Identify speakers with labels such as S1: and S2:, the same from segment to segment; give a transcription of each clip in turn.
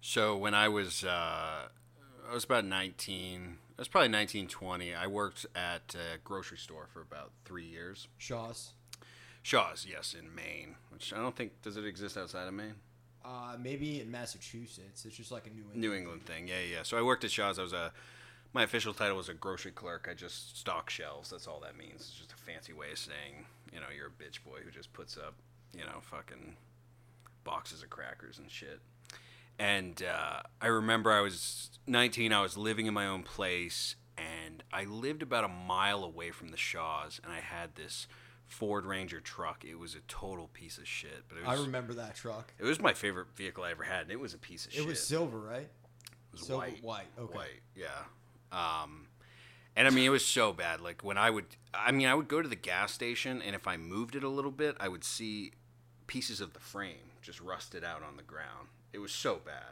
S1: So when I was, uh, I was about 19. I was probably 19, 20. I worked at a grocery store for about three years.
S2: Shaw's.
S1: Shaw's, yes, in Maine, which I don't think does it exist outside of Maine.
S2: Uh, maybe in Massachusetts. It's just like a New England.
S1: New England thing, yeah, yeah. So I worked at Shaw's. I was a my official title was a grocery clerk. I just stock shelves. That's all that means. It's just a fancy way of saying you know you're a bitch boy who just puts up you know fucking boxes of crackers and shit. And uh, I remember I was 19. I was living in my own place, and I lived about a mile away from the Shaw's, and I had this. Ford Ranger truck. It was a total piece of shit, but it
S2: I
S1: was
S2: remember that truck.
S1: it was my favorite vehicle I ever had, and it was a piece of
S2: It
S1: Oh, shit.
S2: was silver, right?
S1: It was
S2: silver,
S1: white,
S2: white, okay.
S1: white, yeah. Um, and I mean, it was so bad. Like when I would, I mean, I would go to the gas station, and if I moved it a little bit, I would see pieces of the frame just rusted out on the ground. It was so bad.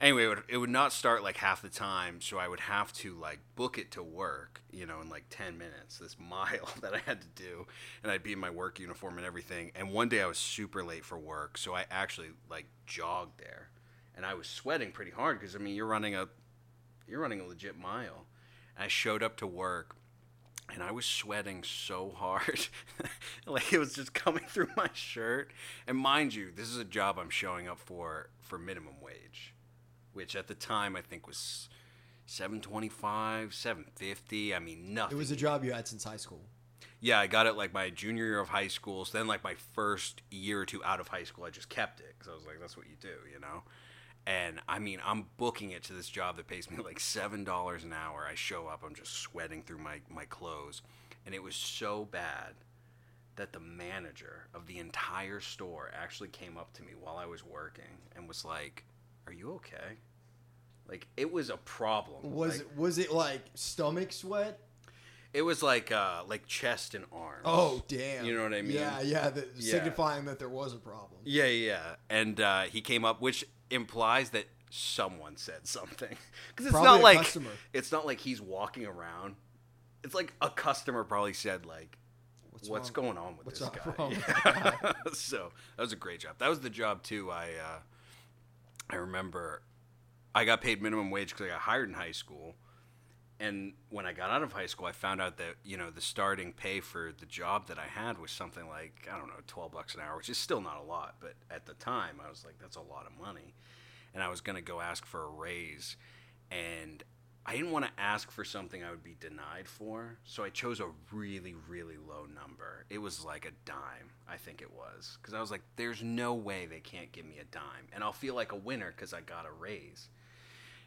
S1: Anyway, it would, it would not start like half the time, so I would have to like book it to work, you know, in like 10 minutes, this mile that I had to do. And I'd be in my work uniform and everything. And one day I was super late for work, so I actually like jogged there. And I was sweating pretty hard because, I mean, you're running a you're running a legit mile. And I showed up to work and I was sweating so hard. like it was just coming through my shirt. And mind you, this is a job I'm showing up for for minimum wage, which at the time I think was 725, 750. I mean,
S2: It
S1: nothing.
S2: was a job you had since high school.
S1: yeah, I got it like my junior year of high school. So then like my first year or two out of high school, I just kept it cuz I was like that's what you do, you know. And I mean, I'm booking it to this job that pays me like $7 an hour. I show up, I'm just sweating through my my clothes, and it was so bad that the manager of the entire store actually came up to me while I was working and was like, "Are you okay?" Like it was a problem.
S2: Was
S1: Like,
S2: it was it like stomach sweat?
S1: It was like uh like chest and arms.
S2: Oh damn!
S1: You know what I mean?
S2: Yeah, yeah. The,
S1: Yeah.
S2: Signifying that there was a problem.
S1: Yeah, yeah. yeah. And uh, he came up, which implies that someone said something, because it's
S2: Probably
S1: not
S2: a
S1: like
S2: customer.
S1: it's not like he's walking around. It's like a customer probably said like, "What's,
S2: wrong?
S1: going on with
S2: what's
S1: this
S2: up
S1: guy?"
S2: wrong Oh with
S1: Yeah. so that was a great job. That was the job too. I uh, I remember I got paid minimum wage because I got hired in high school. And when I got out of high school, I found out that you know the starting pay for the job that I had was something like I don't know, twelve bucks an hour, which is still not a lot, but at the time I was like, that's a lot of money, and I was gonna go ask for a raise, and I didn't want to ask for something I would be denied for, so I chose a really, really low number. It was like a dime, I think it was, because I was like, there's no way they can't give me a dime, and I'll feel like a winner because I got a raise.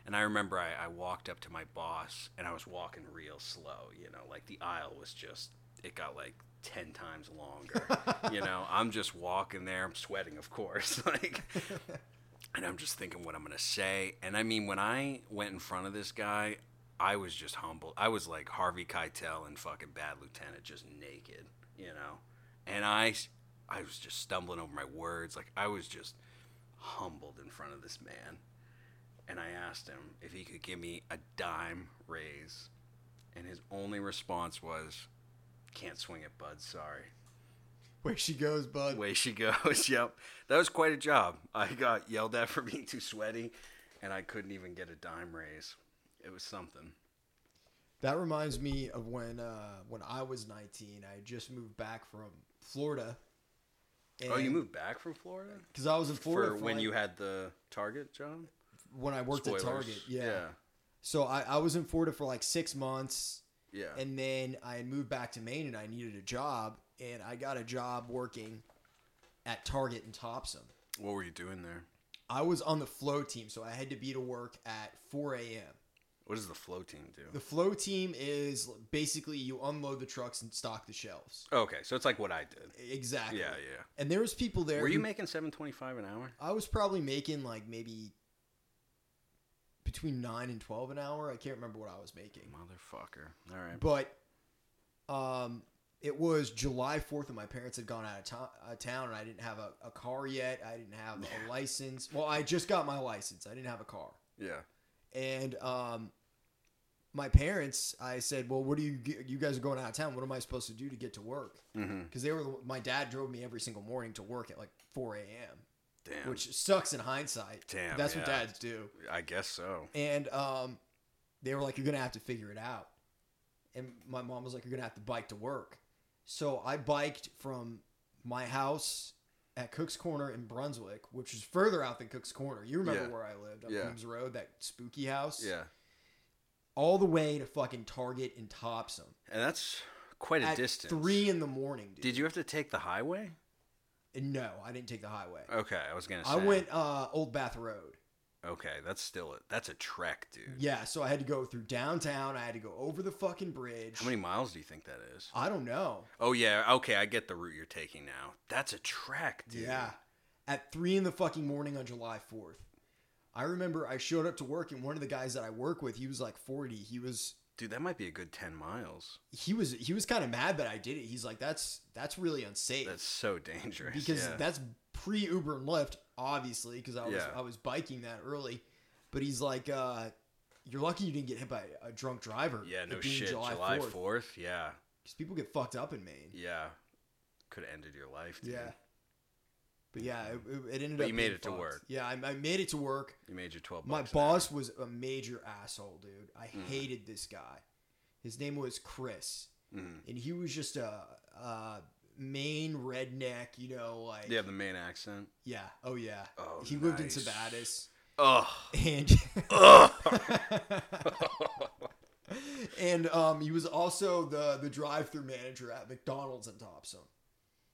S1: And I remember I, I walked up to my boss and I was walking real slow, you know, like the aisle was just, it got like 10 times longer. you know, I'm just walking there, I'm sweating, of course. Like, and I'm just thinking what I'm going to say. And I mean, when I went in front of this guy, I was just humbled. I was like Harvey Keitel and fucking Bad Lieutenant, just naked, you know? And I, s- I was just stumbling over my words. Like, I was just humbled in front of this man and I asked him if he could give me a dime raise, and his only response was, "Can't swing it, bud. Sorry."
S2: Where she goes, bud.
S1: Way she goes. yep, that was quite a job. I got yelled at for being too sweaty, and I couldn't even get a dime raise. It was something.
S2: That reminds me of when uh, when I was 19. I had just moved back from Florida.
S1: oh, you moved back from Florida
S2: because I was in Florida
S1: for when
S2: like-
S1: you had the Target job.
S2: when I worked
S1: Spoilers.
S2: at Target. Yeah. So I, I was in Florida for like six months,
S1: yeah, yeah.
S2: and then I had moved back to Maine, and I needed a job, and I got a job working at Target in Topsom.
S1: What were you doing there?
S2: I was on the flow team, so I had to be to work at 4 a.m.
S1: What does the flow team do?
S2: The flow team is basically you unload the trucks and stock the shelves.
S1: okay, so it's like what I did.
S2: Exactly.
S1: Yeah, yeah.
S2: And there was people there.
S1: Were you
S2: who-
S1: making seven twenty-five an hour?
S2: I was probably making like maybe between nine and twelve an hour. I can't remember what I was making.
S1: Motherfucker. All right.
S2: but um, it was July 4th, and my parents had gone out of, to- uh, town, and I didn't have a, a car yet. I didn't have a license. Well, I just got my license. I didn't have a car.
S1: Yeah.
S2: And um, my parents, I said, Well, what do you, g- you guys are going out of town. What am I supposed to do to get to work?
S1: Mm-hmm.
S2: Because they were, the- my dad drove me every single morning to work at like 4 a.m.
S1: Damn.
S2: which sucks in hindsight.
S1: Damn,
S2: that's what
S1: yeah.
S2: dads do.
S1: I guess so.
S2: And um, they were like, "You're gonna have to figure it out." And my mom was like, "You're gonna have to bike to work." So I biked from my house at Cook's Corner in Brunswick, which is further out than Cook's Corner. You remember
S1: Yeah.
S2: where I lived on
S1: Yeah.
S2: Coombs Road, that spooky house,
S1: Yeah.
S2: all the way to fucking Target in Topsom
S1: And that's quite a
S2: at
S1: distance.
S2: three in the morning. Dude.
S1: Did you have to take the highway?
S2: No, I didn't take the highway.
S1: Okay, I was gonna say.
S2: I went uh, Old Bath Road.
S1: Okay, that's still a, that's a trek, dude.
S2: Yeah, so I had to go through downtown. I had to go over the fucking bridge.
S1: How many miles do you think that is?
S2: I don't know.
S1: Oh yeah, okay, I get the route you're taking now. That's a trek, dude.
S2: Yeah. At three in the fucking morning on July 4th. I remember I showed up to work and one of the guys that I work with, he was like 40. He was
S1: Dude, that might be a good 10 miles.
S2: he was he was kind of mad that I did it. He's like, that's that's really unsafe.
S1: That's so dangerous.
S2: because
S1: yeah.
S2: that's pre Uber and Lyft, obviously, because I was
S1: Yeah.
S2: I was biking that early. But he's like, uh, you're lucky you didn't get hit by a drunk driver.
S1: Yeah,
S2: it
S1: no
S2: being
S1: shit. July, 4th. Yeah.
S2: Because people get fucked up in Maine.
S1: Yeah. Could have ended your life, dude.
S2: Yeah. But yeah, it, it- it ended
S1: But
S2: up.
S1: you made
S2: being
S1: it to
S2: fucked.
S1: work.
S2: Yeah, I, I made it to work.
S1: You made your 12
S2: My
S1: bucks Mm. an hour.
S2: boss was a major asshole, dude. I hated this guy. His name was Chris,
S1: Mhm.
S2: and he was just a, a Maine redneck. You know, like
S1: They have the main accent.
S2: yeah, oh yeah.
S1: Oh,
S2: he lived
S1: nice.
S2: in Sabatis,
S1: Ugh.
S2: and
S1: Ugh.
S2: and um, he was also the the drive-through manager at McDonald's in Topsom.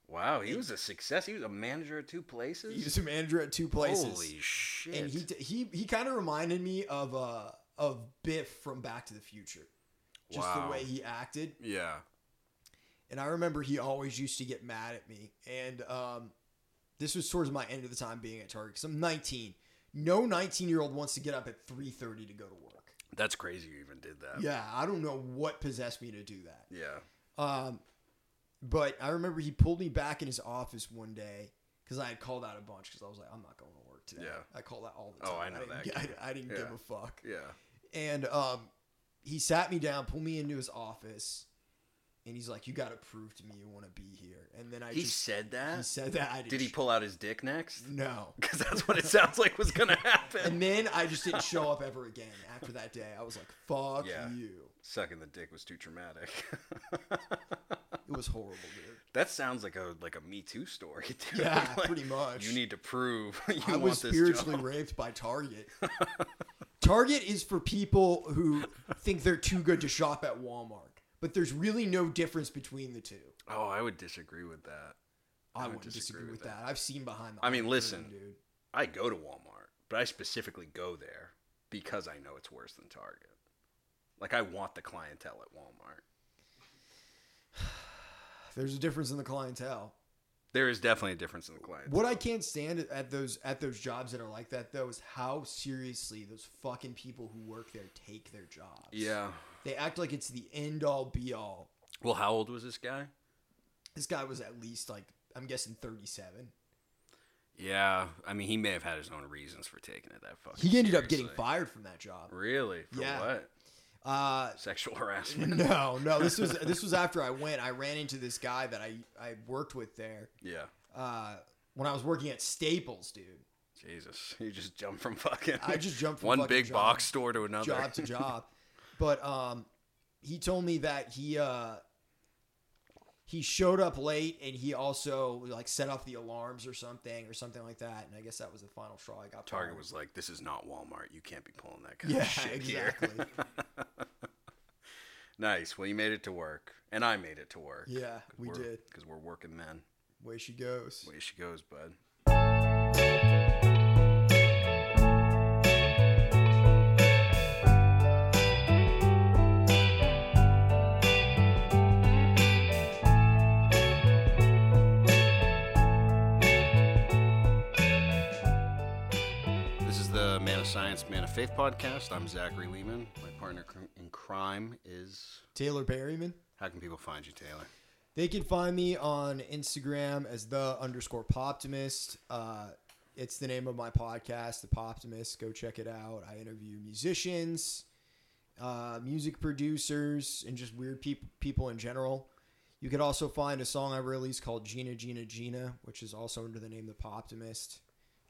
S1: wow, he was a success. He was a manager at two places.
S2: He was a manager at two places.
S1: Holy shit.
S2: and he he he kind of reminded me of uh of Biff from Back to the Future, just
S1: Wow.
S2: the way he acted.
S1: yeah.
S2: And I remember he always used to get mad at me, and um, this was towards my end of the time being at Target because I'm 19. No 19 year old wants to get up at 3:30 to go to work.
S1: That's crazy you even did that.
S2: Yeah, I don't know what possessed me to do that.
S1: Yeah.
S2: Um, but I remember he pulled me back in his office one day because I had called out a bunch because I was like, I'm not going to work today.
S1: Yeah.
S2: I call that all the time.
S1: Oh, I know
S2: didn't
S1: that
S2: gi- I-
S1: kid.
S2: I, didn't give
S1: Yeah.
S2: a fuck.
S1: Yeah.
S2: And um, he sat me down, pulled me into his office, and he's like, "You got to prove to me you want to be here." And then I
S1: He
S2: just
S1: said
S2: he
S1: that?
S2: said that I didn't
S1: Did he
S2: sh-
S1: pull out his dick next?
S2: no.
S1: Because that's what it sounds like was going to happen.
S2: And then I just didn't show up ever again after that day. I was like, "Fuck
S1: Yeah.
S2: you."
S1: Sucking the dick was too traumatic.
S2: It was horrible, dude.
S1: that sounds like a like a Me Too story. Dude.
S2: Yeah,
S1: Like,
S2: pretty much.
S1: You need to prove you
S2: I
S1: want
S2: was
S1: this
S2: spiritually
S1: job.
S2: raped by Target. Target is for people who think they're too good to shop at Walmart, but there's really no difference between the two.
S1: Oh, I would disagree with that.
S2: I,
S1: would
S2: wouldn't disagree,
S1: disagree with
S2: with that. I've seen behind the.
S1: I mean,
S2: iron curtain,
S1: listen.
S2: dude.
S1: I go to Walmart, but I specifically go there because I know it's worse than Target. Like I want the clientele at Walmart.
S2: There's a difference in the clientele.
S1: There is definitely a difference in the clientele.
S2: What I can't stand at those at those jobs that are like that though is how seriously those fucking people who work there take their jobs.
S1: Yeah.
S2: They act like it's the end all be all.
S1: Well, how old was this guy?
S2: This guy was at least like I'm guessing 37.
S1: Yeah, I mean, he may have had his own reasons for taking it that fucking.
S2: He ended up getting
S1: seriously.
S2: fired from that job.
S1: Really? For
S2: Yeah.
S1: what?
S2: Uh
S1: Sexual harassment.
S2: no, no. This was this was after I went. I ran into this guy that I I worked with there
S1: yeah.
S2: uh, when I was working at Staples, dude.
S1: Jesus, you just jumped from fucking.
S2: I just jumped from
S1: one
S2: fucking
S1: big
S2: job,
S1: box store to another.
S2: job to job, but um, he told me that he uh, he showed up late and he also like set off the alarms or something or something like that. And I guess that was the final straw. I got
S1: Target
S2: fired.
S1: was like, "This is not Walmart. You can't be pulling that kind
S2: yeah
S1: of shit
S2: exactly
S1: here." nice. Well, you made it to work, and I made it to work.
S2: yeah we did
S1: because we're working men.
S2: way she goes.
S1: Way she goes, bud. This is the Man of Science, Man of Faith podcast. I'm Zachary Lehman. My partner cr- in crime is.
S2: Taylor Berryman.
S1: How can people find you, Taylor?
S2: They can find me on Instagram as the underscore poptimist. Uh, it's the name of my podcast, The Poptimist. Go check it out. I interview musicians, uh, music producers, and just weird peop people in general. You could also find a song I released called Gina, Gina, Gina, which is also under the name The Poptimist.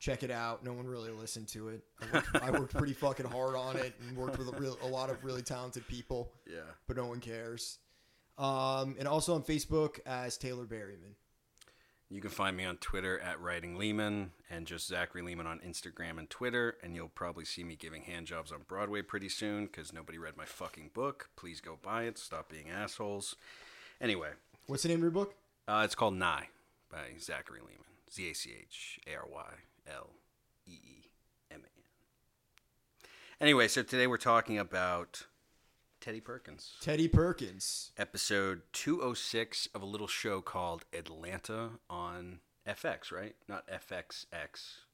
S2: Check it out. No one really listened to it. I worked, I worked pretty fucking hard on it and worked with a, real, a lot of really talented people,
S1: Yeah.
S2: but no one cares. Um, and also on Facebook as Taylor Berryman.
S1: You can find me on Twitter at Writing Lehman and just Zachary Lehman on Instagram and Twitter. And you'll probably see me giving handjobs on Broadway pretty soon because nobody read my fucking book. Please go buy it. Stop being assholes. Anyway,
S2: What's the name of your book?
S1: uh, it's called Nye by Zachary Lehman. Z A C H A R Y L E E M A N. Anyway, so today we're talking about Teddy Perkins.
S2: Teddy Perkins.
S1: episode 206 of a little show called Atlanta on FX, right? Not FXX.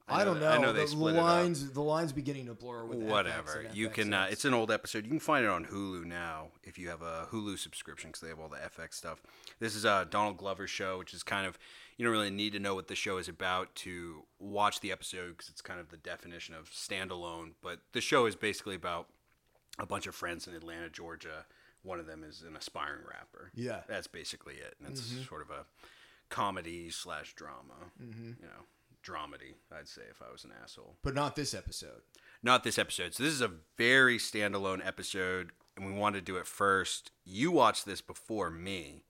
S2: I, don't know.
S1: that- I know
S2: the,
S1: they split
S2: the
S1: lines.
S2: lines. The lines beginning to blur with FX
S1: Whatever.
S2: and
S1: You can. Uh,
S2: FXX.
S1: it's an old episode. You can find it on Hulu now if you have a Hulu subscription because they have all the FX stuff. This is uh, Donald Glover's show, which is kind of you don't really need to know what the show is about to watch the episode because it's kind of the definition of standalone. But the show is basically about a bunch of friends in Atlanta, Georgia. One of them is an aspiring rapper.
S2: Yeah.
S1: that's basically it, and it's sort of a comedy slash drama. You know, dramedy. I'd say if I was an asshole
S2: but not this episode.
S1: not this episode. So this is a very standalone episode, and we wanted to do it first. You watched this before me,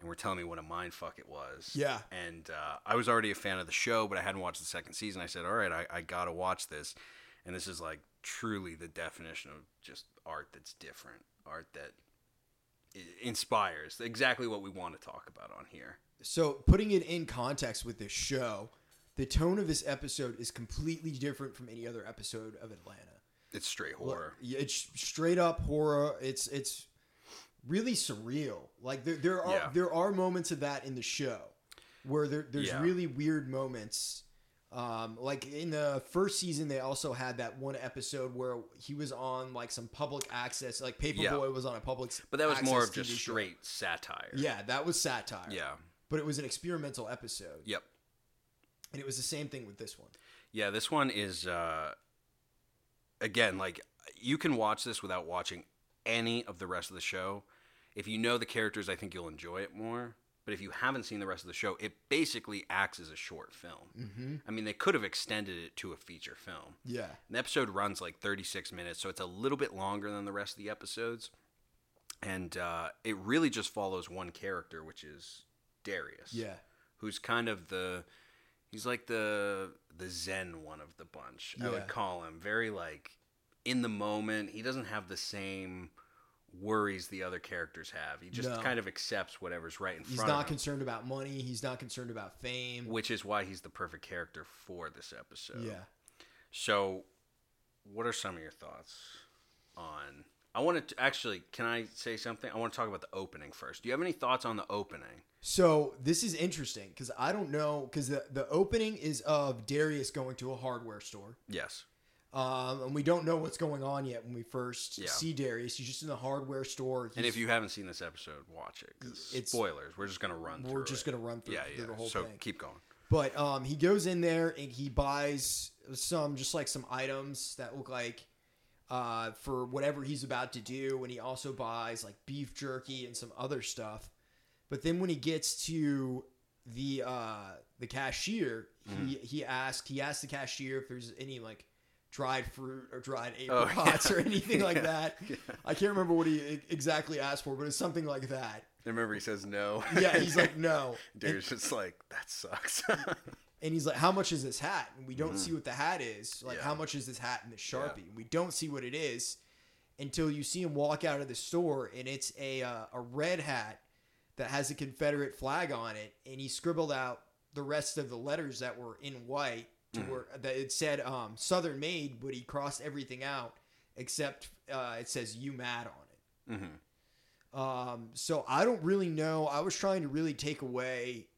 S1: and were telling me what a mind fuck it was.
S2: Yeah.
S1: And uh, I was already a fan of the show, but I hadn't watched the second season. I said, "All right, I, I gotta watch this," and this is like truly the definition of just art that's different, art that i- inspires exactly what we want to talk about on here.
S2: So putting it in context with this show, the tone of this episode is completely different from any other episode of Atlanta.
S1: It's straight
S2: Like,
S1: horror.
S2: yeah, it's straight up horror. It's it's really surreal. Like there there are
S1: Yeah.
S2: there are moments of that in the show where there, there's
S1: Yeah.
S2: really weird moments. Um, like in the first season, they also had that one episode where he was on like some public access, like Paperboy
S1: Yeah.
S2: was on a public.
S1: but that was more of
S2: access
S1: just
S2: TV show.
S1: straight satire.
S2: Yeah, that was satire.
S1: Yeah.
S2: but it was an experimental episode,
S1: Yep.
S2: and it was the same thing with this one.
S1: Yeah, this one is uh again like you can watch this without watching any of the rest of the show. If you know the characters, I think you'll enjoy it more. But if you haven't seen the rest of the show, it basically acts as a short film.
S2: Mm-hmm.
S1: I mean, they could have extended it to a feature film.
S2: Yeah,
S1: An episode runs like 36 minutes, so it's a little bit longer than the rest of the episodes. And uh, it really just follows one character, which is Darius
S2: yeah,
S1: who's kind of the he's like the the zen one of the bunch i
S2: Yeah.
S1: would call him very like in the moment he doesn't have the same worries the other characters have he just
S2: No.
S1: kind of accepts whatever's right in
S2: he's
S1: front
S2: not
S1: of him
S2: concerned about money. He's not concerned about fame.
S1: which is why he's the perfect character for this episode
S2: yeah.
S1: so what are some of your thoughts on i wanted to actually can i say something i want to talk about the opening first do you have any thoughts on the opening
S2: So this is interesting because I don't know because the the opening is of Darius going to a hardware store,
S1: yes
S2: um, and we don't know what's going on yet when we first
S1: Yeah.
S2: see Darius. He's just in the hardware store.
S1: And if
S2: He's-
S1: you haven't seen this episode, watch it. 'cause
S2: It's-
S1: spoilers. We're just gonna run.
S2: we're
S1: through
S2: just
S1: it.
S2: gonna run through,
S1: yeah,
S2: through
S1: yeah.
S2: the whole
S1: so
S2: thing.
S1: keep going.
S2: But um, he goes in there and he buys some, just like some items that look like uh, for whatever he's about to do. And he also buys like beef jerky and some other stuff. But then when he gets to the uh, the cashier, he
S1: Mm-hmm.
S2: he asked he asked the cashier if there's any like dried fruit or dried
S1: Oh,
S2: apricots
S1: yeah.
S2: or anything like
S1: Yeah.
S2: that. I can't remember what he e- exactly asked for, but it's something like that.
S1: Remember, he says no.
S2: Yeah, he's like no. And-
S1: Dude's just like that sucks.
S2: and he's like, "How much is this hat?" And we don't see what the hat is. Like,
S1: Yeah.
S2: how much is this hat and the sharpie? We don't see what it is until you see him walk out of the store, and it's a uh, a red hat that has a Confederate flag on it, and he scribbled out the rest of the letters that were in white to where that it said um, Southern Made, but he crossed everything out except uh, it says "You Mad" on it.
S1: hmm
S2: Mm-hmm. Um, so I don't really know. I was trying to really take away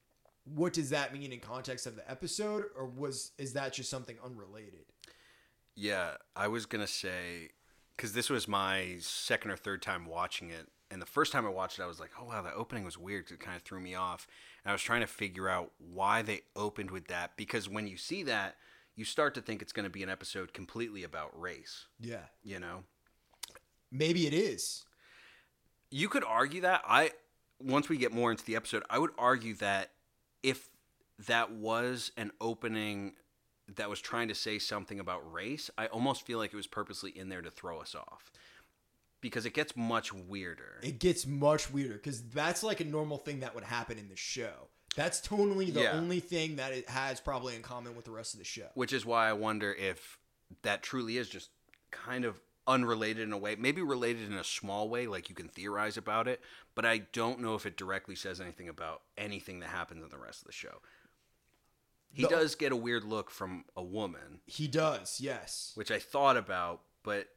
S2: what does that mean in context of the episode, or was is that just something unrelated?
S1: Yeah, I was gonna say because this was my second or third time watching it, and the first time I watched it, I was like, "Oh wow, the opening was weird." 'cause it kind of threw me off, and I was trying to figure out why they opened with that because when you see that, you start to think it's gonna be an episode completely about race.
S2: Yeah,
S1: You know.
S2: maybe it is.
S1: you could argue that i once we get more into the episode i would argue that if that was an opening that was trying to say something about race, I almost feel like it was purposely in there to throw us off because it gets much weirder.
S2: It gets much weirder because that's like a normal thing that would happen in the show. That's totally the
S1: Yeah.
S2: only thing that it has probably in common with the rest of the show.
S1: which is why I wonder if that truly is just kind of unrelated in a way, maybe related in a small way, like you can theorize about it, but I don't know if it directly says anything about anything that happens in the rest of the show. He
S2: The-
S1: does get a weird look from a woman,
S2: He does, yes.
S1: which I thought about, but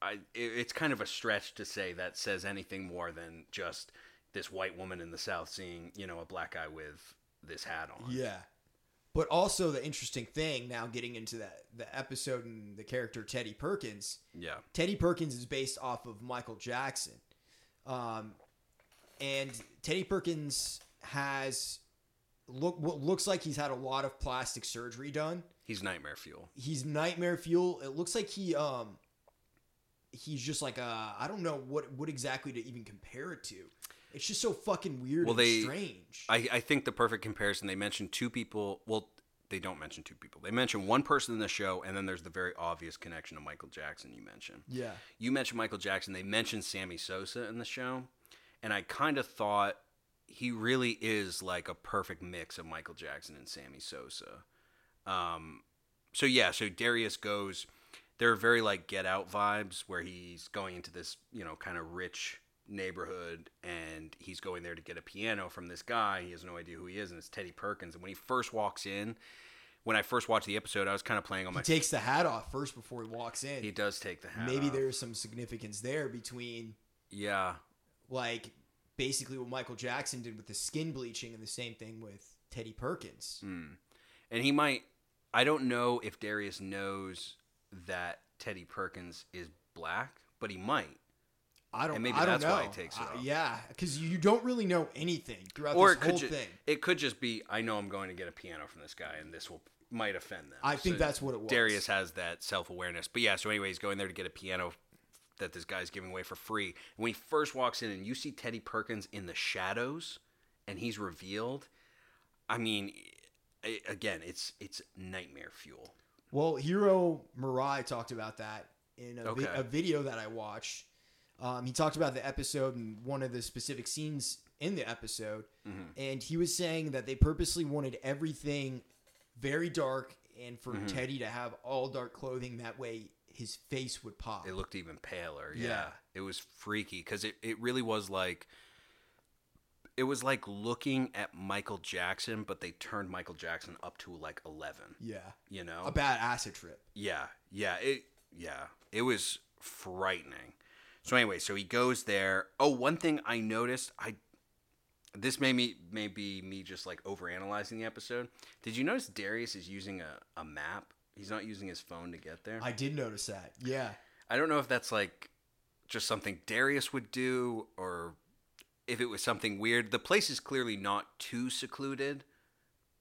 S1: I it, it's kind of a stretch to say that says anything more than just this white woman in the south seeing, you know, a black guy with this hat on.
S2: Yeah. But also the interesting thing now getting into that the episode and the character Teddy Perkins.
S1: Yeah.
S2: Teddy Perkins is based off of Michael Jackson. Um, and Teddy Perkins has look what looks like he's had a lot of plastic surgery done.
S1: He's nightmare fuel.
S2: He's nightmare fuel. It looks like he um he's just like uh I don't know what what exactly to even compare it to. It's just so fucking weird
S1: Well,
S2: and
S1: they-
S2: strange.
S1: I, I think the perfect comparison they mentioned two people. Well, they don't mention two people. They mention one person in the show, and then there's the very obvious connection to Michael Jackson. You mentioned.
S2: yeah.
S1: You mentioned Michael Jackson. They mentioned Sammy Sosa in the show, and I kind of thought he really is like a perfect mix of Michael Jackson and Sammy Sosa. Um, so yeah, so Darius goes. There are very like Get Out vibes where he's going into this you know kind of rich neighborhood and he's going there to get a piano from this guy. He has no idea who he is, and it's Teddy Perkins. And when he first walks in, when I first watched the episode, I was kind of playing on
S2: He
S1: my.
S2: takes the hat off first before he walks in.
S1: he uh, does take the hat.
S2: Maybe
S1: off.
S2: there's some significance there between
S1: Yeah,
S2: like basically what Michael Jackson did with the skin bleaching and the same thing with Teddy Perkins.
S1: Mm. And he might. I don't know if Darius knows that Teddy Perkins is black, but he might.
S2: I don't.
S1: And maybe
S2: I don't
S1: that's
S2: know.
S1: why he takes it
S2: Uh,
S1: off.
S2: yeah, because you don't really know anything throughout
S1: Or
S2: this
S1: it could
S2: whole
S1: ju-
S2: thing.
S1: It could just be I know I'm going to get a piano from this guy, and this will might offend them.
S2: I think
S1: So
S2: that's what it was.
S1: Darius has that self awareness. But yeah, so anyway, he's going there to get a piano that this guy's giving away for free. And when he first walks in, and you see Teddy Perkins in the shadows, and he's revealed. I mean, i again, it's it's nightmare fuel.
S2: Well, Hiro Murai talked about that in a, vi-
S1: Okay.
S2: a video that I watched. Um, he talked about the episode and one of the specific scenes in the episode,
S1: Mhm.
S2: and he was saying that they purposely wanted everything very dark and for
S1: Mhm.
S2: Teddy to have all dark clothing. That way, his face would pop.
S1: it looked even paler.
S2: Yeah.
S1: Yeah. It was freaky because it, it really was like it was like looking at Michael Jackson, but they turned Michael Jackson up to like eleven,
S2: yeah,
S1: you know?
S2: a bad acid trip.
S1: Yeah, yeah, it yeah, it was frightening. So anyway, so he goes there. Oh, one thing I noticed, I this may me may be me just like overanalyzing the episode. Did you notice Darius is using a, a map? He's not using his phone to get there.
S2: I did notice that. Yeah,
S1: I don't know if that's like just something Darius would do or if it was something weird. The place is clearly not too secluded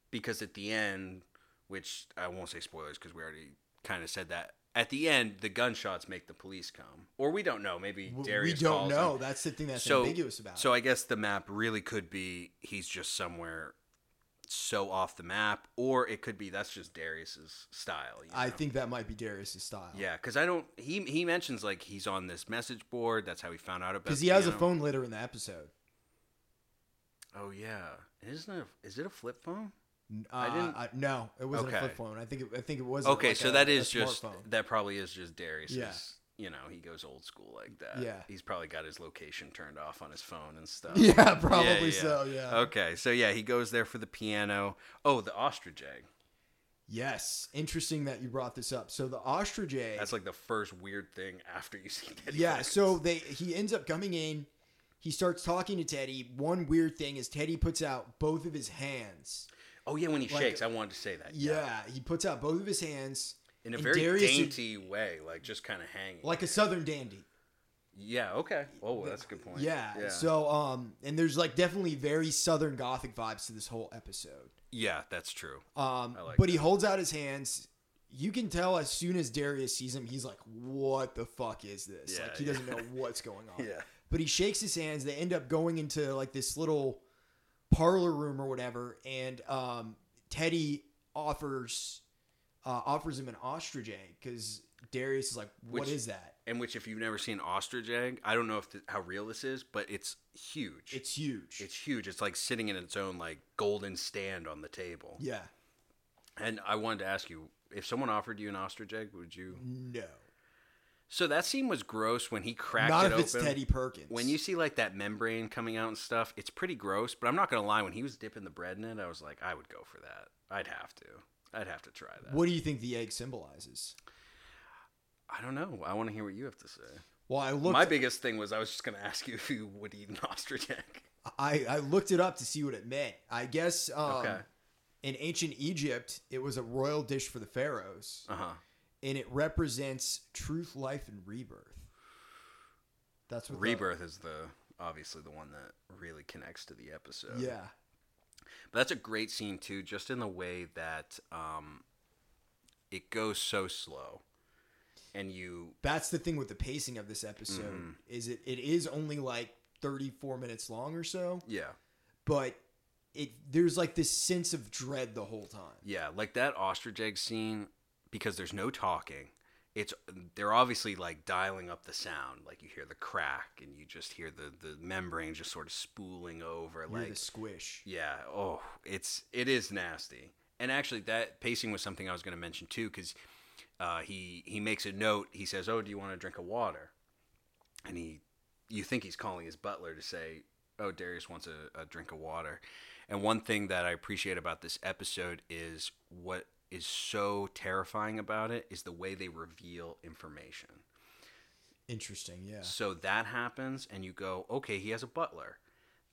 S1: because at the end, which I won't say spoilers because we already kind of said that. At the end, the gunshots make the police come, or we don't know. Maybe
S2: W- we
S1: Darius.
S2: don't
S1: calls them.
S2: know. That's the thing that's
S1: So-
S2: ambiguous about.
S1: So
S2: it.
S1: I guess the map really could be he's just somewhere so off the map, or it could be that's just Darius's style. you
S2: I
S1: know?
S2: think that might be Darius's style.
S1: Yeah, because I don't. He he mentions like he's on this message board. That's how he found out about.
S2: because he has
S1: piano.
S2: a phone later in the episode.
S1: Oh yeah, isn't it? A, is it a flip phone?
S2: N- Uh,
S1: I didn't-
S2: I- no, it wasn't a
S1: Okay.
S2: flip phone. I think it, I think it was.
S1: Okay,
S2: like
S1: so
S2: a-
S1: that
S2: a
S1: is just
S2: smartphone.
S1: that probably is just Darius.
S2: Yeah.
S1: You know, he goes old school like that.
S2: Yeah.
S1: He's probably got his location turned off on his phone and stuff.
S2: Yeah, probably
S1: yeah.
S2: so. Yeah.
S1: Okay, so yeah, he goes there for the piano. Oh, the ostrich egg.
S2: Yes, interesting that you brought this up. So the ostrich egg.
S1: That's like the first weird thing after you see Teddy.
S2: yeah.
S1: Perkins.
S2: So they he ends up coming in. He starts talking to Teddy. One weird thing is Teddy puts out both of his hands.
S1: Oh yeah, when he
S2: like-
S1: shakes, I wanted to say that.
S2: Yeah, he puts out both of his hands
S1: In a
S2: And
S1: very
S2: Darius is-
S1: dainty way, like just kind of hanging.
S2: like a southern dandy.
S1: Yeah. Okay. Oh, that's a good point.
S2: Yeah. So um, and there's like definitely very southern gothic vibes to this whole episode.
S1: yeah, that's true.
S2: Um,
S1: I like
S2: but he holds out his hands. You can tell as soon as Darius sees him, he's like, "What the fuck is this?"
S1: Yeah,
S2: like he
S1: yeah.
S2: doesn't know what's going on.
S1: Yeah.
S2: But he shakes his hands. They end up going into like this little parlor room or whatever, and um, Teddy offers uh, offers him an ostrich egg because Darius is like, "What is
S1: Which-
S2: that?
S1: And which, if you've never seen ostrich egg, I don't know if th- how real this is, but it's huge.
S2: It's huge."
S1: it's huge. It's like sitting in its own like golden stand on the table.
S2: yeah.
S1: And I wanted to ask you if someone offered you an ostrich egg, would you?
S2: No.
S1: So that scene was gross when he cracked
S2: Not
S1: it
S2: if
S1: open.
S2: it's Teddy Perkins.
S1: When you see like that membrane coming out and stuff, it's pretty gross. But I'm not gonna lie, when he was dipping the bread in it, I was like, I would go for that. I'd have to. I'd have to try that.
S2: what do you think the egg symbolizes?
S1: I don't know. I want to hear what you have to say.
S2: Well, I looked.
S1: My biggest thing was I was just gonna ask you if you would eat an ostrich egg.
S2: I, I looked it up to see what it meant. I guess um,
S1: Okay.
S2: in ancient Egypt, it was a royal dish for the pharaohs,
S1: Uh huh.
S2: and it represents truth, life, and rebirth. That's what the-
S1: Rebirth is the obviously the one that really connects to the episode.
S2: yeah,
S1: But that's a great scene too, just in the way that um, it goes so slow, and you
S2: that's the thing with the pacing of this episode.
S1: Mm-hmm.
S2: Is it? It is only like thirty four minutes long or so,
S1: yeah
S2: but it there's like this sense of dread the whole time.
S1: yeah like that ostrich egg scene because there's no talking. It's they're obviously like dialing up the sound, like you hear the crack and you just hear the the membrane just sort of spooling over,
S2: You're
S1: like
S2: the squish.
S1: Yeah. Oh, it's it is nasty. And actually, that pacing was something I was going to mention too, because uh, he he makes a note. He says, "Oh, do you want a drink of water?" And he, you think he's calling his butler to say, "Oh, Darius wants a, a drink of water." And one thing that I appreciate about this episode is what is so terrifying about it is the way they reveal information.
S2: Interesting. Yeah.
S1: So that happens, and you go, okay, he has a butler.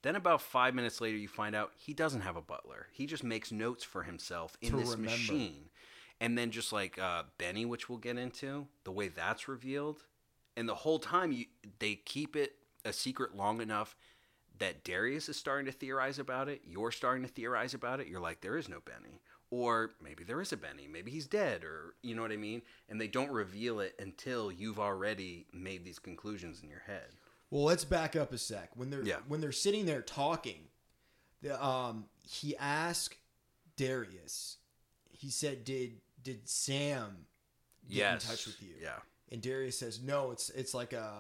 S1: Then about five minutes later, you find out he doesn't have a butler. He just makes notes for himself in
S2: To
S1: this
S2: remember.
S1: machine. And then just like uh, Benny, which we'll get into, the way that's revealed, and the whole time you they keep it a secret long enough that Darius is starting to theorize about it. You're starting to theorize about it. You're like, there is no Benny, or maybe there is a Benny. Maybe he's dead, or you know what I mean. And they don't reveal it until you've already made these conclusions in your head.
S2: Well, let's back up a sec. When they're
S1: Yeah.
S2: when they're sitting there talking, the, um, he asked Darius. He said, "Did did Sam get
S1: yes.
S2: in touch with you?"
S1: Yeah.
S2: And Darius says, "No, it's it's like a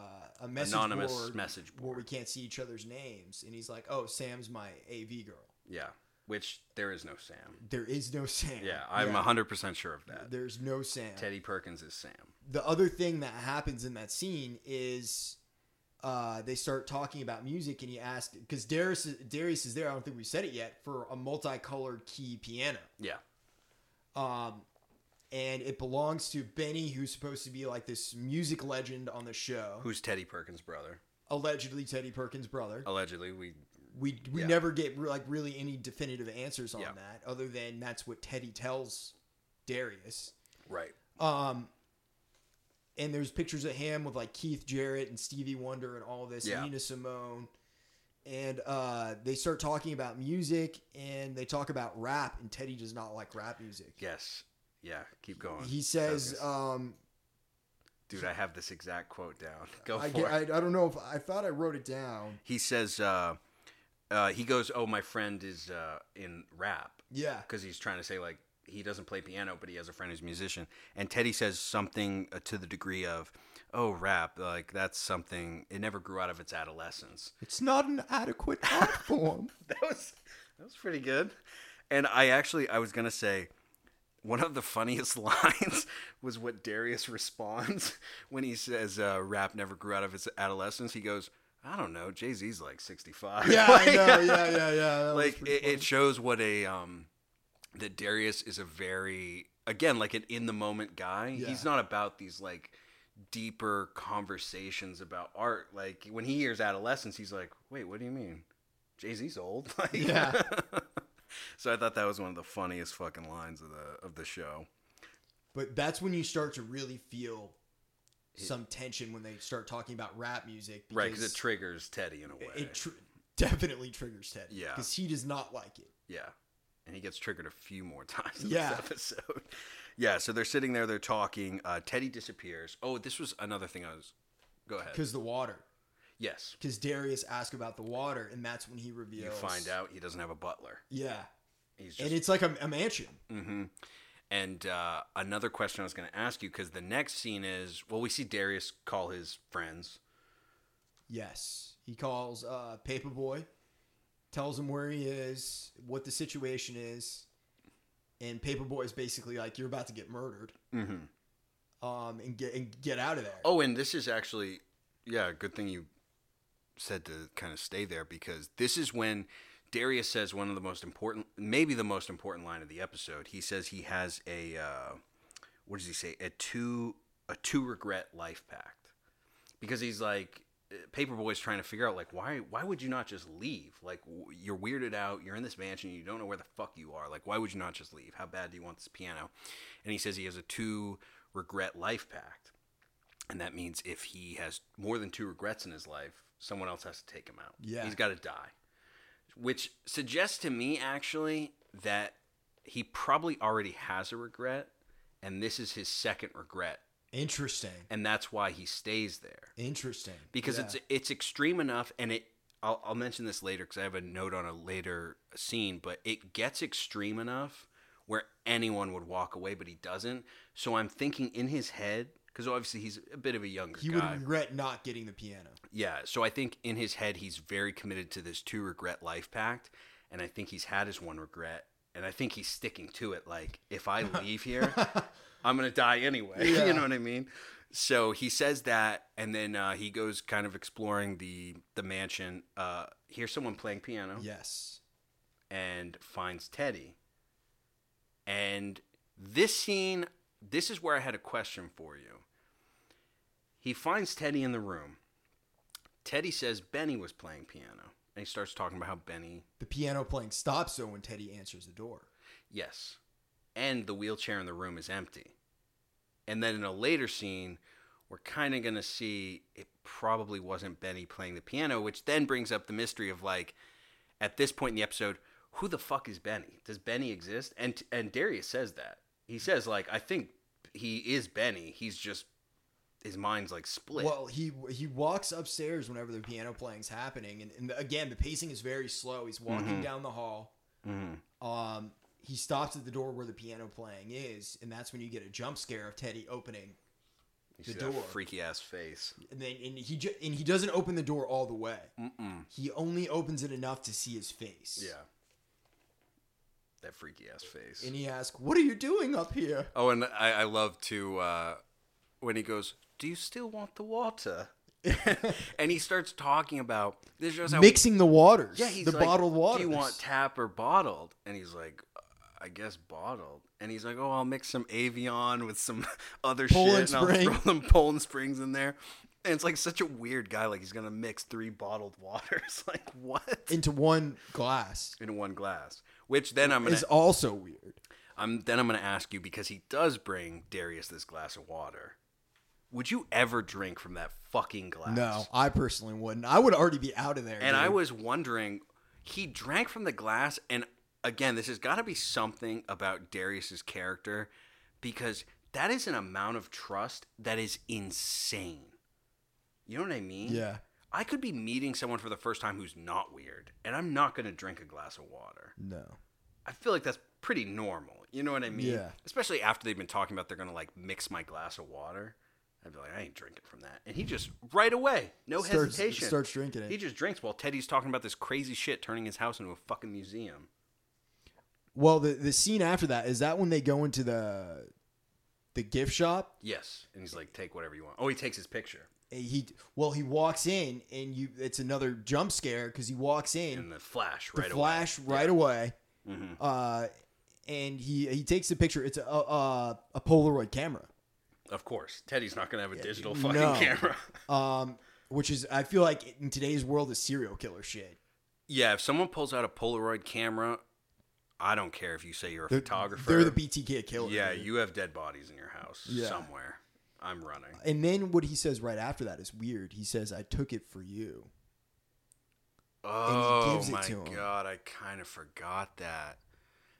S2: a message
S1: Anonymous
S2: board
S1: message
S2: where
S1: board.
S2: we can't see each other's names." And he's like, "Oh, Sam's my AV girl.
S1: Yeah. Which there is no Sam.
S2: There is no Sam.
S1: Yeah, I'm
S2: Yeah.
S1: 100% sure of that.
S2: There's no Sam."
S1: Teddy Perkins is Sam.
S2: the other thing that happens in that scene is uh, they start talking about music, and he asked because Darius Darius is there. I don't think we said it yet for a multicolored key piano,
S1: Yeah.
S2: um, and it belongs to Benny, who's supposed to be like this music legend on the show,
S1: Who's Teddy Perkins' brother?
S2: allegedly Teddy Perkins' brother.
S1: Allegedly, we
S2: We we
S1: yeah.
S2: never get re- like really any definitive answers on
S1: Yeah.
S2: that, other than that's what Teddy tells Darius.
S1: right.
S2: Um, and there's pictures of him with like Keith Jarrett and Stevie Wonder and all this,
S1: Yeah.
S2: Nina Simone. And uh, they start talking about music and they talk about rap, and Teddy does not like rap music.
S1: Yes. Yeah. Keep going.
S2: He says,
S1: Focus.
S2: um,
S1: Dude, I have this exact quote down. Go
S2: I,
S1: for
S2: ge-
S1: it.
S2: I, I don't know if I thought I wrote it down.
S1: he says, uh, uh, he goes, "Oh, my friend is uh, in rap,"
S2: Yeah.
S1: because he's trying to say like he doesn't play piano, but he has a friend who's a musician. And Teddy says something uh, to the degree of, "Oh, rap, like that's something it never grew out of its adolescence."
S2: It's not an adequate art form.
S1: that was that was pretty good. And I actually I was gonna say one of the funniest lines was what Darius responds when he says uh, rap never grew out of its adolescence. He goes, I don't know, Jay Z's like sixty five.
S2: Yeah, I know. Yeah, yeah, yeah. That was
S1: Like
S2: pretty
S1: it,
S2: funny.
S1: it shows what a um that Darius is a very again, like an in the moment guy.
S2: Yeah.
S1: He's not about these like deeper conversations about art. Like when he hears adolescence, he's like, Wait, what do you mean? Jay Z's old? Like,
S2: Yeah.
S1: so I thought that was one of the funniest fucking lines of the of the show.
S2: But that's when you start to really feel some tension when they start talking about rap music.
S1: Right, because it triggers Teddy in a way.
S2: it tr- definitely triggers Teddy.
S1: Yeah.
S2: because he does not like it.
S1: Yeah. And he gets triggered a few more times in
S2: Yeah.
S1: this episode. Yeah, so they're sitting there, they're talking. Uh, Teddy disappears. Oh, this was another thing I was. Go ahead.
S2: Because the water.
S1: Yes.
S2: Because Darius asked about the water, and that's when he reveals.
S1: You find out he doesn't have a butler.
S2: Yeah,
S1: He's just.
S2: and it's like a, a mansion.
S1: hmm And uh, another question I was going to ask you because the next scene is well, we see Darius call his friends.
S2: Yes. He calls uh, Paperboy, tells him where he is, what the situation is, and Paperboy is basically like, "You're about to get murdered,
S1: Mm-hmm.
S2: um, and get and get out of there."
S1: Oh, and this is actually, yeah, good thing you said to kind of stay there because this is when Darius says one of the most important, maybe the most important line of the episode. He says he has a, uh, what does he say? A two, a two regret life pact, because he's like. uh, Paperboy's trying to figure out like why why would you not just leave? Like w- you're weirded out. You're in this mansion. You don't know where the fuck you are. Like why would you not just leave? How bad do you want this piano? And he says he has a two regret life pact. And that means if he has more than two regrets in his life, someone else has to take him out.
S2: Yeah.
S1: He's got to die. Which suggests to me, actually, that he probably already has a regret, and this is his second regret.
S2: Interesting.
S1: And that's why he stays there
S2: Interesting.
S1: because
S2: Yeah.
S1: it's it's extreme enough and it I'll, I'll mention this later because i have a note on a later scene but it gets extreme enough where anyone would walk away but he doesn't so i'm thinking in his head because obviously he's a bit of a younger
S2: he
S1: guy
S2: would regret not getting the piano.
S1: yeah so i think in his head he's very committed to this two regret life pact and i think he's had his one regret and i think he's sticking to it like if i leave here I'm gonna die anyway.
S2: Yeah.
S1: you know what I mean? So he says that, and then uh, he goes kind of exploring the the mansion. Uh, hears someone playing piano,
S2: yes.
S1: and finds Teddy. And this scene, this is where I had a question for you. He finds Teddy in the room. Teddy says Benny was playing piano, and he starts talking about how Benny
S2: The piano playing stops though when Teddy answers the door.
S1: Yes. And the wheelchair in the room is empty. And then in a later scene, we're kind of going to see it probably wasn't Benny playing the piano, which then brings up the mystery of like, at this point in the episode, who the fuck is Benny? Does Benny exist? And and Darius says that. He says like, I think he is Benny. He's just his mind's like split.
S2: Well, he he walks upstairs whenever the piano playing's happening, and, and again the pacing is very slow. He's walking
S1: Mhm.
S2: down the hall.
S1: Mhm.
S2: Um, he stops at the door where the piano playing is, and that's when you get a jump scare of Teddy opening,
S1: You
S2: the
S1: see
S2: door.
S1: that freaky ass face.
S2: and then and he ju- and he doesn't open the door all the way.
S1: Mm-mm.
S2: He only opens it enough to see his face.
S1: Yeah. That freaky ass face.
S2: And he asks, "What are you doing up here?"
S1: Oh, and I, I love to uh, when he goes, "Do you still want the water?" and he starts talking about this is just how
S2: Mixing the waters.
S1: yeah, he's
S2: the
S1: like,
S2: bottled water.
S1: Do you want tap or bottled? And he's like, "I guess bottled." And he's like, "Oh, I'll mix some Avion with some other
S2: Poland
S1: shit, and
S2: Spring.
S1: I'll throw them Poland Springs in there." And it's like such a weird guy. Like he's gonna mix three bottled waters. like what?
S2: into one glass?
S1: In one glass. Which then I'm gonna
S2: Is also weird.
S1: I'm then I'm going to ask you because he does bring Darius this glass of water. Would you ever drink from that fucking glass?
S2: No, I personally wouldn't. I would already be out of there.
S1: And I
S2: dude.
S1: was wondering, he drank from the glass, and again, this has got to be something about Darius's character because that is an amount of trust that is insane. You know what I mean?
S2: Yeah.
S1: I could be meeting someone for the first time who's not weird, and I'm not going to drink a glass of water.
S2: No.
S1: I feel like that's pretty normal. You know what I mean?
S2: Yeah.
S1: Especially after they've been talking about they're gonna like mix my glass of water. I'd be like, I ain't drinking from that. And he just right away, no
S2: starts,
S1: hesitation.
S2: Starts drinking it.
S1: he just drinks while Teddy's talking about this crazy shit, turning his house into a fucking museum.
S2: well, the the scene after that is that when they go into the the gift shop.
S1: Yes. And he's like, take whatever you want. Oh, he takes his picture.
S2: and He well, he walks in and you. It's another jump scare because he walks in
S1: And the flash
S2: the
S1: right away. Mm-hmm.
S2: flash right away. Uh, and he he takes a picture. It's a a, a Polaroid camera.
S1: Of course. Teddy's not gonna have a digital
S2: no.
S1: fucking camera.
S2: Um, which is I feel like in today's world is serial killer shit.
S1: yeah, if someone pulls out a Polaroid camera, I don't care if you say you're a photographer.
S2: They're the BTK killer.
S1: Yeah,
S2: dude.
S1: you have dead bodies in your house
S2: Yeah.
S1: somewhere. I'm running.
S2: And then what he says right after that is weird. He says, "I took it for you."
S1: Oh
S2: gives it
S1: my
S2: to him.
S1: god, I kind of forgot that.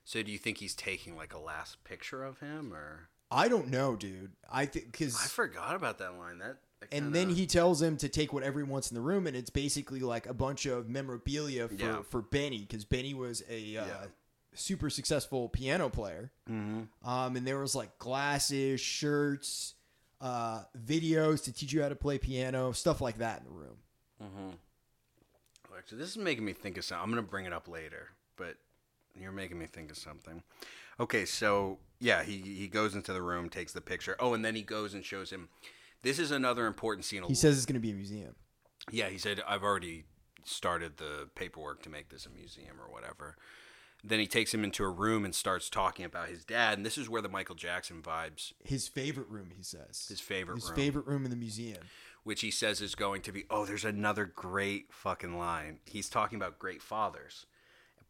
S1: So do you think he's taking like a last picture of him or
S2: I don't know, dude. I think
S1: I
S2: because
S1: forgot about that line. That, that
S2: and
S1: kinda-
S2: then he tells him to take whatever he wants in the room, and it's basically like a bunch of memorabilia for
S1: Yeah.
S2: for Benny because Benny was a uh,
S1: Yeah.
S2: super successful piano player.
S1: Mm-hmm.
S2: Um, and there was like glasses, shirts, uh, videos to teach you how to play piano, stuff like that in the room.
S1: Mm-hmm. Actually, this is making me think of something. I'm going to bring it up later, but you're making me think of something. Okay, so yeah, he, he goes into the room, takes the picture. Oh, and then he goes and shows him. This is another important scene.
S2: He says it's going to be a museum.
S1: Yeah, he said, I've already started the paperwork to make this a museum or whatever. Then he takes him into a room and starts talking about his dad. And this is where the Michael Jackson vibes,
S2: His favorite room, he says.
S1: his favorite
S2: His
S1: room,
S2: favorite room in the museum.
S1: which he says is going to be oh, there's another great fucking line. He's talking about great fathers.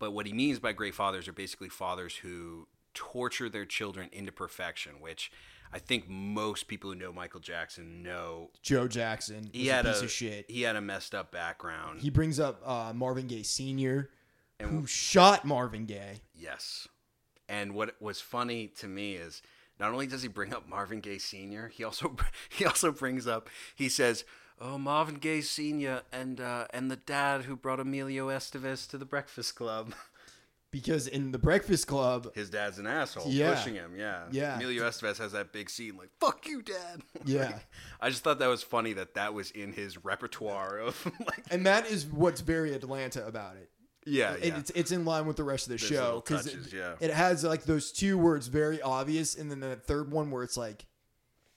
S1: But what he means by great fathers are basically fathers who torture their children into perfection, which I think most people who know Michael Jackson know
S2: Joe Jackson.
S1: he
S2: was
S1: had
S2: a piece of shit.
S1: He had a messed up background.
S2: He brings up uh, Marvin Gaye Sr.,
S1: And-
S2: who shot Marvin Gaye.
S1: Yes. And what was funny to me is not only does he bring up Marvin Gaye Sr., he also he also brings up he says, "Oh, Marvin Gaye Sr. and uh, and the dad who brought Emilio Estevez to the Breakfast Club.
S2: Because in The Breakfast Club,
S1: His dad's an asshole
S2: Yeah.
S1: pushing him. Yeah,
S2: Yeah.
S1: Emilio Estevez has that big scene like "fuck you, dad." Like,
S2: Yeah.
S1: I just thought that was funny that that was in his repertoire of like
S2: and that is what's very Atlanta about it.
S1: yeah
S2: It-
S1: Uh, yeah.
S2: It's it's in line with the rest of the
S1: Those
S2: show
S1: little
S2: because
S1: touches,
S2: it,
S1: yeah.
S2: it has like those two where it's very obvious, and then the third one where it's like,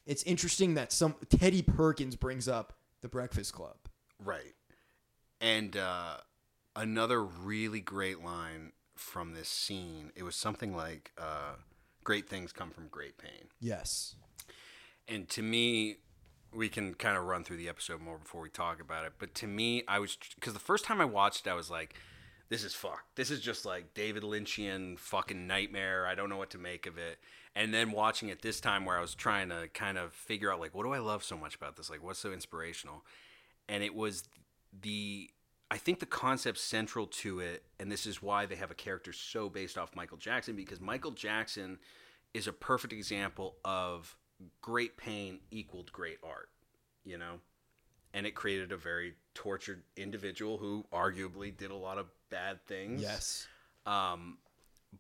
S2: it's interesting that some Teddy Perkins brings up the Breakfast Club.
S1: Right. And uh, another really great line from this scene, it was something like, uh, Great things come from great pain.
S2: Yes,
S1: And to me, we can kind of run through the episode more before we talk about it. But to me, I was, because the first time I watched it, I was like, this is fucked. This is just like David Lynchian fucking nightmare. I don't know what to make of it. And then watching it this time, where I was trying to kind of figure out, like, what do I love so much about this? Like, what's so inspirational? and it was the I think the concept central to it, and this is why they have a character so based off Michael Jackson, because Michael Jackson is a perfect example of great pain equaled great art, you know? And it created a very tortured individual who arguably did a lot of bad things.
S2: yes,
S1: Um,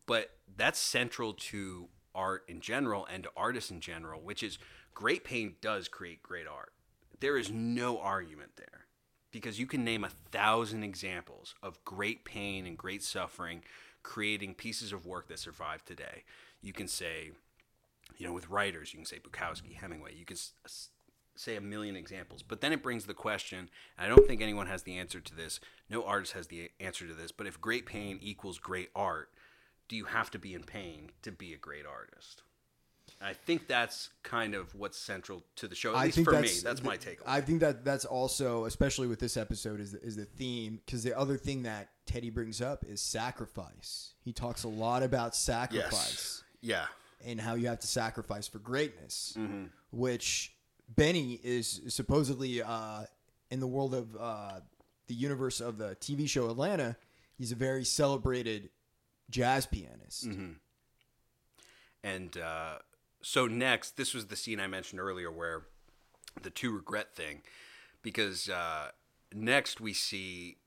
S1: but that's central to art in general and to artists in general, which is great pain does create great art. There is no argument there because you can name a thousand examples of great pain and great suffering creating pieces of work that survive today. You can say, you know, with writers, you can say Bukowski, Hemingway, you can s- s- say a million examples. But then it brings the question, and I don't think anyone has the answer to this. No artist has the answer to this, but if great pain equals great art, do you have to be in pain to be a great artist? I think that's kind of what's central to the show. At
S2: I
S1: least
S2: think
S1: for
S2: that's
S1: me, that's my
S2: th-
S1: take. on it.
S2: I think that that's also especially with this episode is is the theme because the other thing that Teddy brings up is sacrifice. He talks a lot about sacrifice.
S1: Yeah.
S2: and how you have to sacrifice for greatness,
S1: Mm-hmm.
S2: which Benny is supposedly uh, in the world of uh, the universe of the TV show Atlanta. He's a very celebrated jazz pianist.
S1: Mm-hmm. And uh, so next, this was the scene I mentioned earlier where the two regret thing, because uh, next we see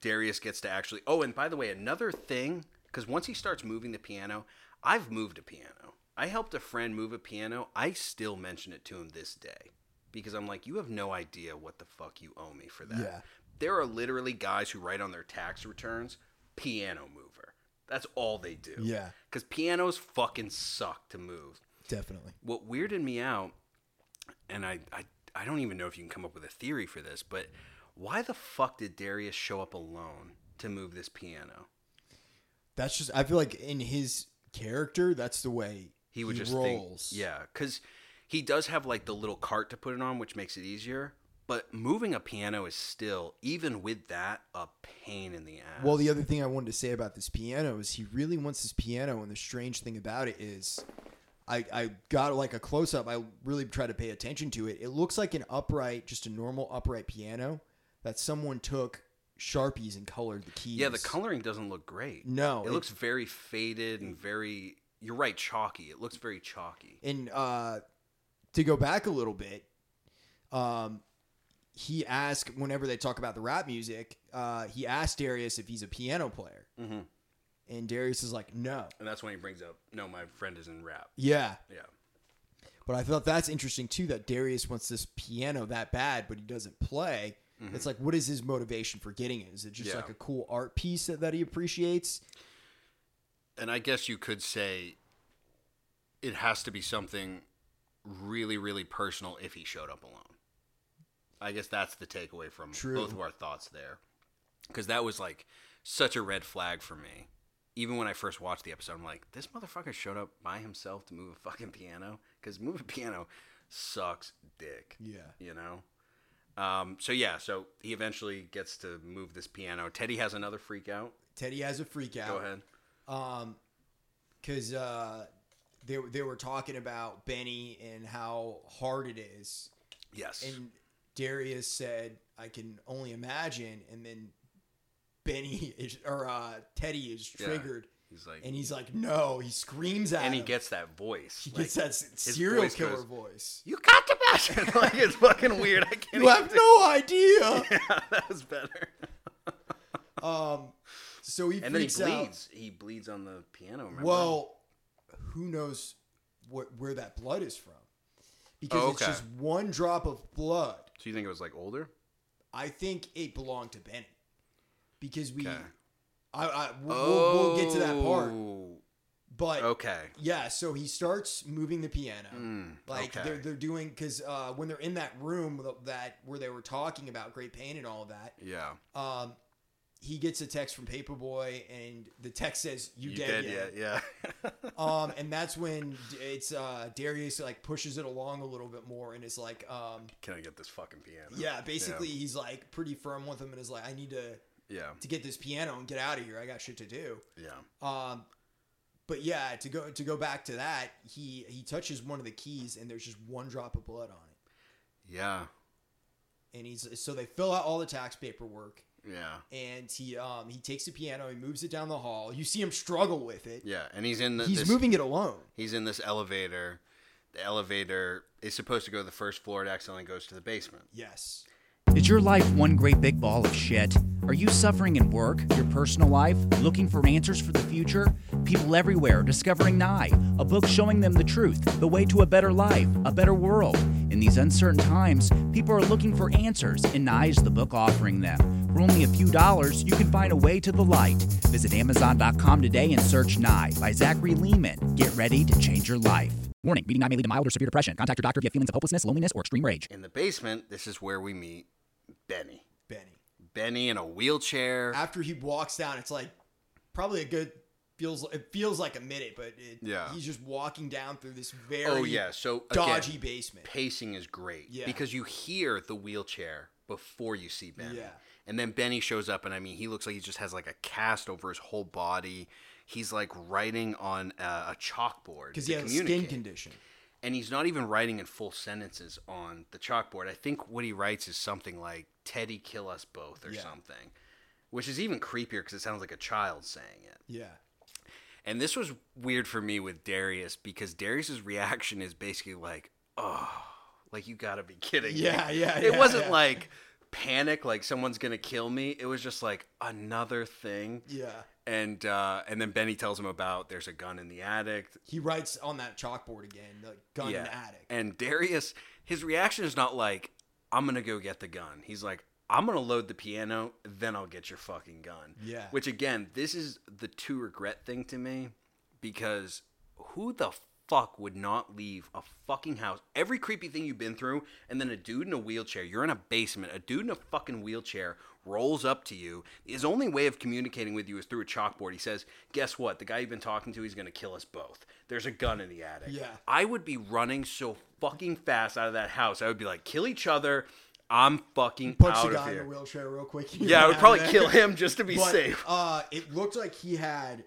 S1: Darius gets to actually. Oh, and by the way, another thing, because once he starts moving the piano, I've moved a piano. I helped a friend move a piano. I still mention it to him this day because I'm like, you have no idea what the fuck you owe me for that.
S2: Yeah.
S1: There are literally guys who write on their tax returns piano mover. That's all they do.
S2: Yeah.
S1: Because pianos fucking suck to move.
S2: Definitely.
S1: What weirded me out, and I, I, I don't even know if you can come up with a theory for this, but why the fuck did Darius show up alone to move this piano?
S2: That's just, I feel like in his character, that's the way
S1: He would just
S2: rolls.
S1: think, yeah, because he does have like the little cart to put it on, which makes it easier. But moving a piano is still, even with that, a pain in the ass.
S2: Well, the other thing I wanted to say about this piano is he really wants this piano, and the strange thing about it is, I, I got like a close up. I really tried to pay attention to it. It looks like an upright, just a normal upright piano that someone took sharpies and colored the keys.
S1: yeah, the coloring doesn't look great.
S2: No,
S1: it, looks very faded and very. You're right, chalky. It looks very chalky.
S2: And uh, to go back a little bit, um, he asked whenever they talk about the rap music, uh, he asked Darius if he's a piano player.
S1: Mm-hmm.
S2: And Darius is like, no.
S1: And that's when he brings up, no, my friend is in rap.
S2: Yeah.
S1: Yeah.
S2: But I thought that's interesting too that Darius wants this piano that bad, but he doesn't play. It's like, what is his motivation for getting it? Is it just
S1: Mm-hmm. Yeah.
S2: like a cool art piece that, that he appreciates?
S1: And I guess you could say it has to be something really, really personal if he showed up alone. I guess that's the takeaway from
S2: True.
S1: both of our thoughts there. Because that was like such a red flag for me. Even when I first watched the episode, I'm like, this motherfucker showed up by himself to move a fucking piano. Because moving a piano sucks dick.
S2: Yeah.
S1: you know um, so yeah so he eventually gets to move this piano teddy has another freak out
S2: Teddy has a freak out.
S1: go ahead
S2: Um, because uh, they they were talking about Benny and how hard it is,
S1: yes
S2: and Darius said, "I can only imagine." And then Benny is, or uh, Teddy is
S1: Yeah.
S2: triggered,
S1: he's like
S2: and
S1: and,
S2: he's like, "No!" He screams at
S1: he
S2: him.
S1: gets that voice
S2: he
S1: like,
S2: gets that s- serial
S1: voice
S2: killer
S1: goes-
S2: voice.
S1: you got the passion like it's fucking weird i can't
S2: You have
S1: even-
S2: no idea.
S1: yeah, that was better
S2: um, so he
S1: and then he
S2: freaks
S1: bleeds
S2: out.
S1: he bleeds on the piano remember?
S2: Well, who knows what where that blood is from? Because
S1: Oh,
S2: it's
S1: okay.
S2: just one drop of blood.
S1: so you think it was like older
S2: I think it belonged to Benny because we.
S1: Okay.
S2: I, I we'll, we'll, we'll get to that part,
S1: Oh,
S2: but
S1: okay
S2: yeah. So he starts moving the piano,
S1: Mm,
S2: like
S1: okay.
S2: they're they're doing because uh, when they're in that room with- that where they were talking about great pain and all that,
S1: yeah
S2: um, he gets a text from Paperboy, and the text says, "You,
S1: you,
S2: dead,
S1: did
S2: yet?"
S1: yeah yeah
S2: um, and that's when d- it's uh, Darius like pushes it along a little bit more, and is like, um,
S1: can i get this fucking piano
S2: yeah, basically he's like pretty firm with him, and is like, I need to
S1: yeah
S2: to get this piano and get out of here. I got shit to do.
S1: yeah,
S2: Um, but yeah, to go to go back to that, he he touches one of the keys, and there's just one drop of blood on it,
S1: yeah.
S2: and he's so they fill out all the tax paperwork.
S1: Yeah.
S2: And he um, he takes the piano, he moves it down the hall. You see him struggle with it.
S1: Yeah. And he's in the
S2: He's
S1: this,
S2: moving it alone.
S1: he's in this elevator. The elevator is supposed to go to the first floor, it accidentally goes to the basement.
S2: Yes.
S3: Is your life one great big ball of shit? Are you suffering in work, your personal life, looking for answers for the future? People everywhere are discovering Nye, a book showing them the truth, the way to a better life, a better world. In these uncertain times, people are looking for answers, and Nye is the book offering them. For only a few dollars, you can find a way to the light. Visit Amazon.com today and search Nye by Zachary Lehman. Get ready to change your life. Warning, reading Nye may lead to mild or severe depression. Contact your doctor if you have feelings of hopelessness, loneliness, or extreme rage.
S1: In the basement, this is where we meet Benny.
S2: Benny.
S1: Benny in a wheelchair.
S2: After he walks down, it's like probably a good feels. It feels like a minute, but it,
S1: Yeah.
S2: he's just walking down through this very
S1: oh yeah, so again,
S2: dodgy basement.
S1: pacing is great
S2: Yeah.
S1: because you hear the wheelchair before you see Benny.
S2: Yeah.
S1: And then Benny shows up and I mean, he looks like he just has like a cast over his whole body. He's like writing on uh, a, a chalkboard
S2: because
S1: to
S2: he has a skin
S1: communicate.
S2: condition.
S1: and he's not even writing in full sentences on the chalkboard. I think what he writes is something like "Teddy, kill us both" or
S2: Yeah.
S1: something, which is even creepier because it sounds like a child saying it.
S2: Yeah,
S1: And this was weird for me with Darius because Darius's reaction is basically like, "Oh, like you gotta be kidding me."
S2: Yeah, yeah,
S1: It
S2: yeah,
S1: wasn't
S2: yeah.
S1: like panic, like someone's gonna kill me. It was just like another thing.
S2: yeah.
S1: And uh, and then Benny tells him about there's a gun in the attic.
S2: He writes on that chalkboard again, the gun in the attic.
S1: And Darius, his reaction is not like, I'm going to go get the gun. He's like, I'm going to load the piano, then I'll get your fucking gun.
S2: Yeah.
S1: Which, again, this is the two regret thing to me because who the fuck would not leave a fucking house? Every creepy thing you've been through, and then a dude in a wheelchair, you're in a basement, a dude in a fucking wheelchair rolls up to you. His only way of communicating with you is through a chalkboard. He says, Guess what? The guy you've been talking to, he's going to kill us both. There's a gun in the attic.
S2: Yeah.
S1: I would be running so fucking fast out of that house. I would be like, kill each other. I'm fucking
S2: Punch
S1: out
S2: the
S1: of
S2: guy in the
S1: here.
S2: wheelchair real quick.
S1: Yeah, I would probably kill
S2: him.
S1: him just to be
S2: but,
S1: safe.
S2: Uh, it looked like he had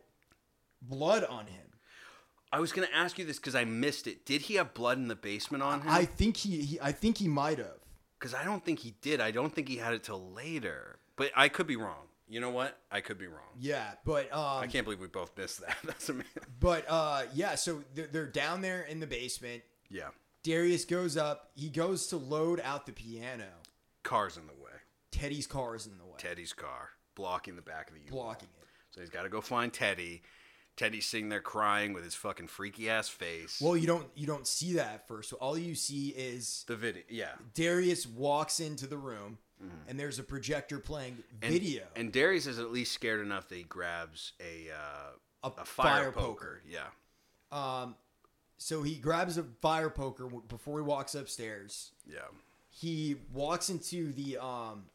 S2: blood on him.
S1: I was gonna ask you this because I missed it. Did he have blood in the basement on
S2: I
S1: him?
S2: think he, he I think he might have.
S1: Because I, don't think he did. I don't think he had it till later. But I could be wrong. You know what? I could be wrong.
S2: Yeah, but um,
S1: I can't believe we both missed that. That's amazing.
S2: But uh, yeah, so they're, they're down there in the basement.
S1: Yeah,
S2: Darius goes up. He goes to load out the piano.
S1: car's in the way.
S2: Teddy's car is in the way,
S1: Teddy's car blocking the back of the U.
S2: blocking it.
S1: So he's got to go find Teddy. Teddy's sitting there crying with his fucking freaky ass face.
S2: Well, you don't you don't see that at first. So all you see is
S1: the video, yeah.
S2: Darius walks into the room, and there's a projector playing
S1: Mm-hmm. And-
S2: video.
S1: And Darius is at least scared enough that he grabs a uh,
S2: A
S1: a, fire,
S2: fire Um,
S1: poker. Yeah.
S2: so he grabs a fire poker w- before he walks upstairs.
S1: Yeah.
S2: He walks into the um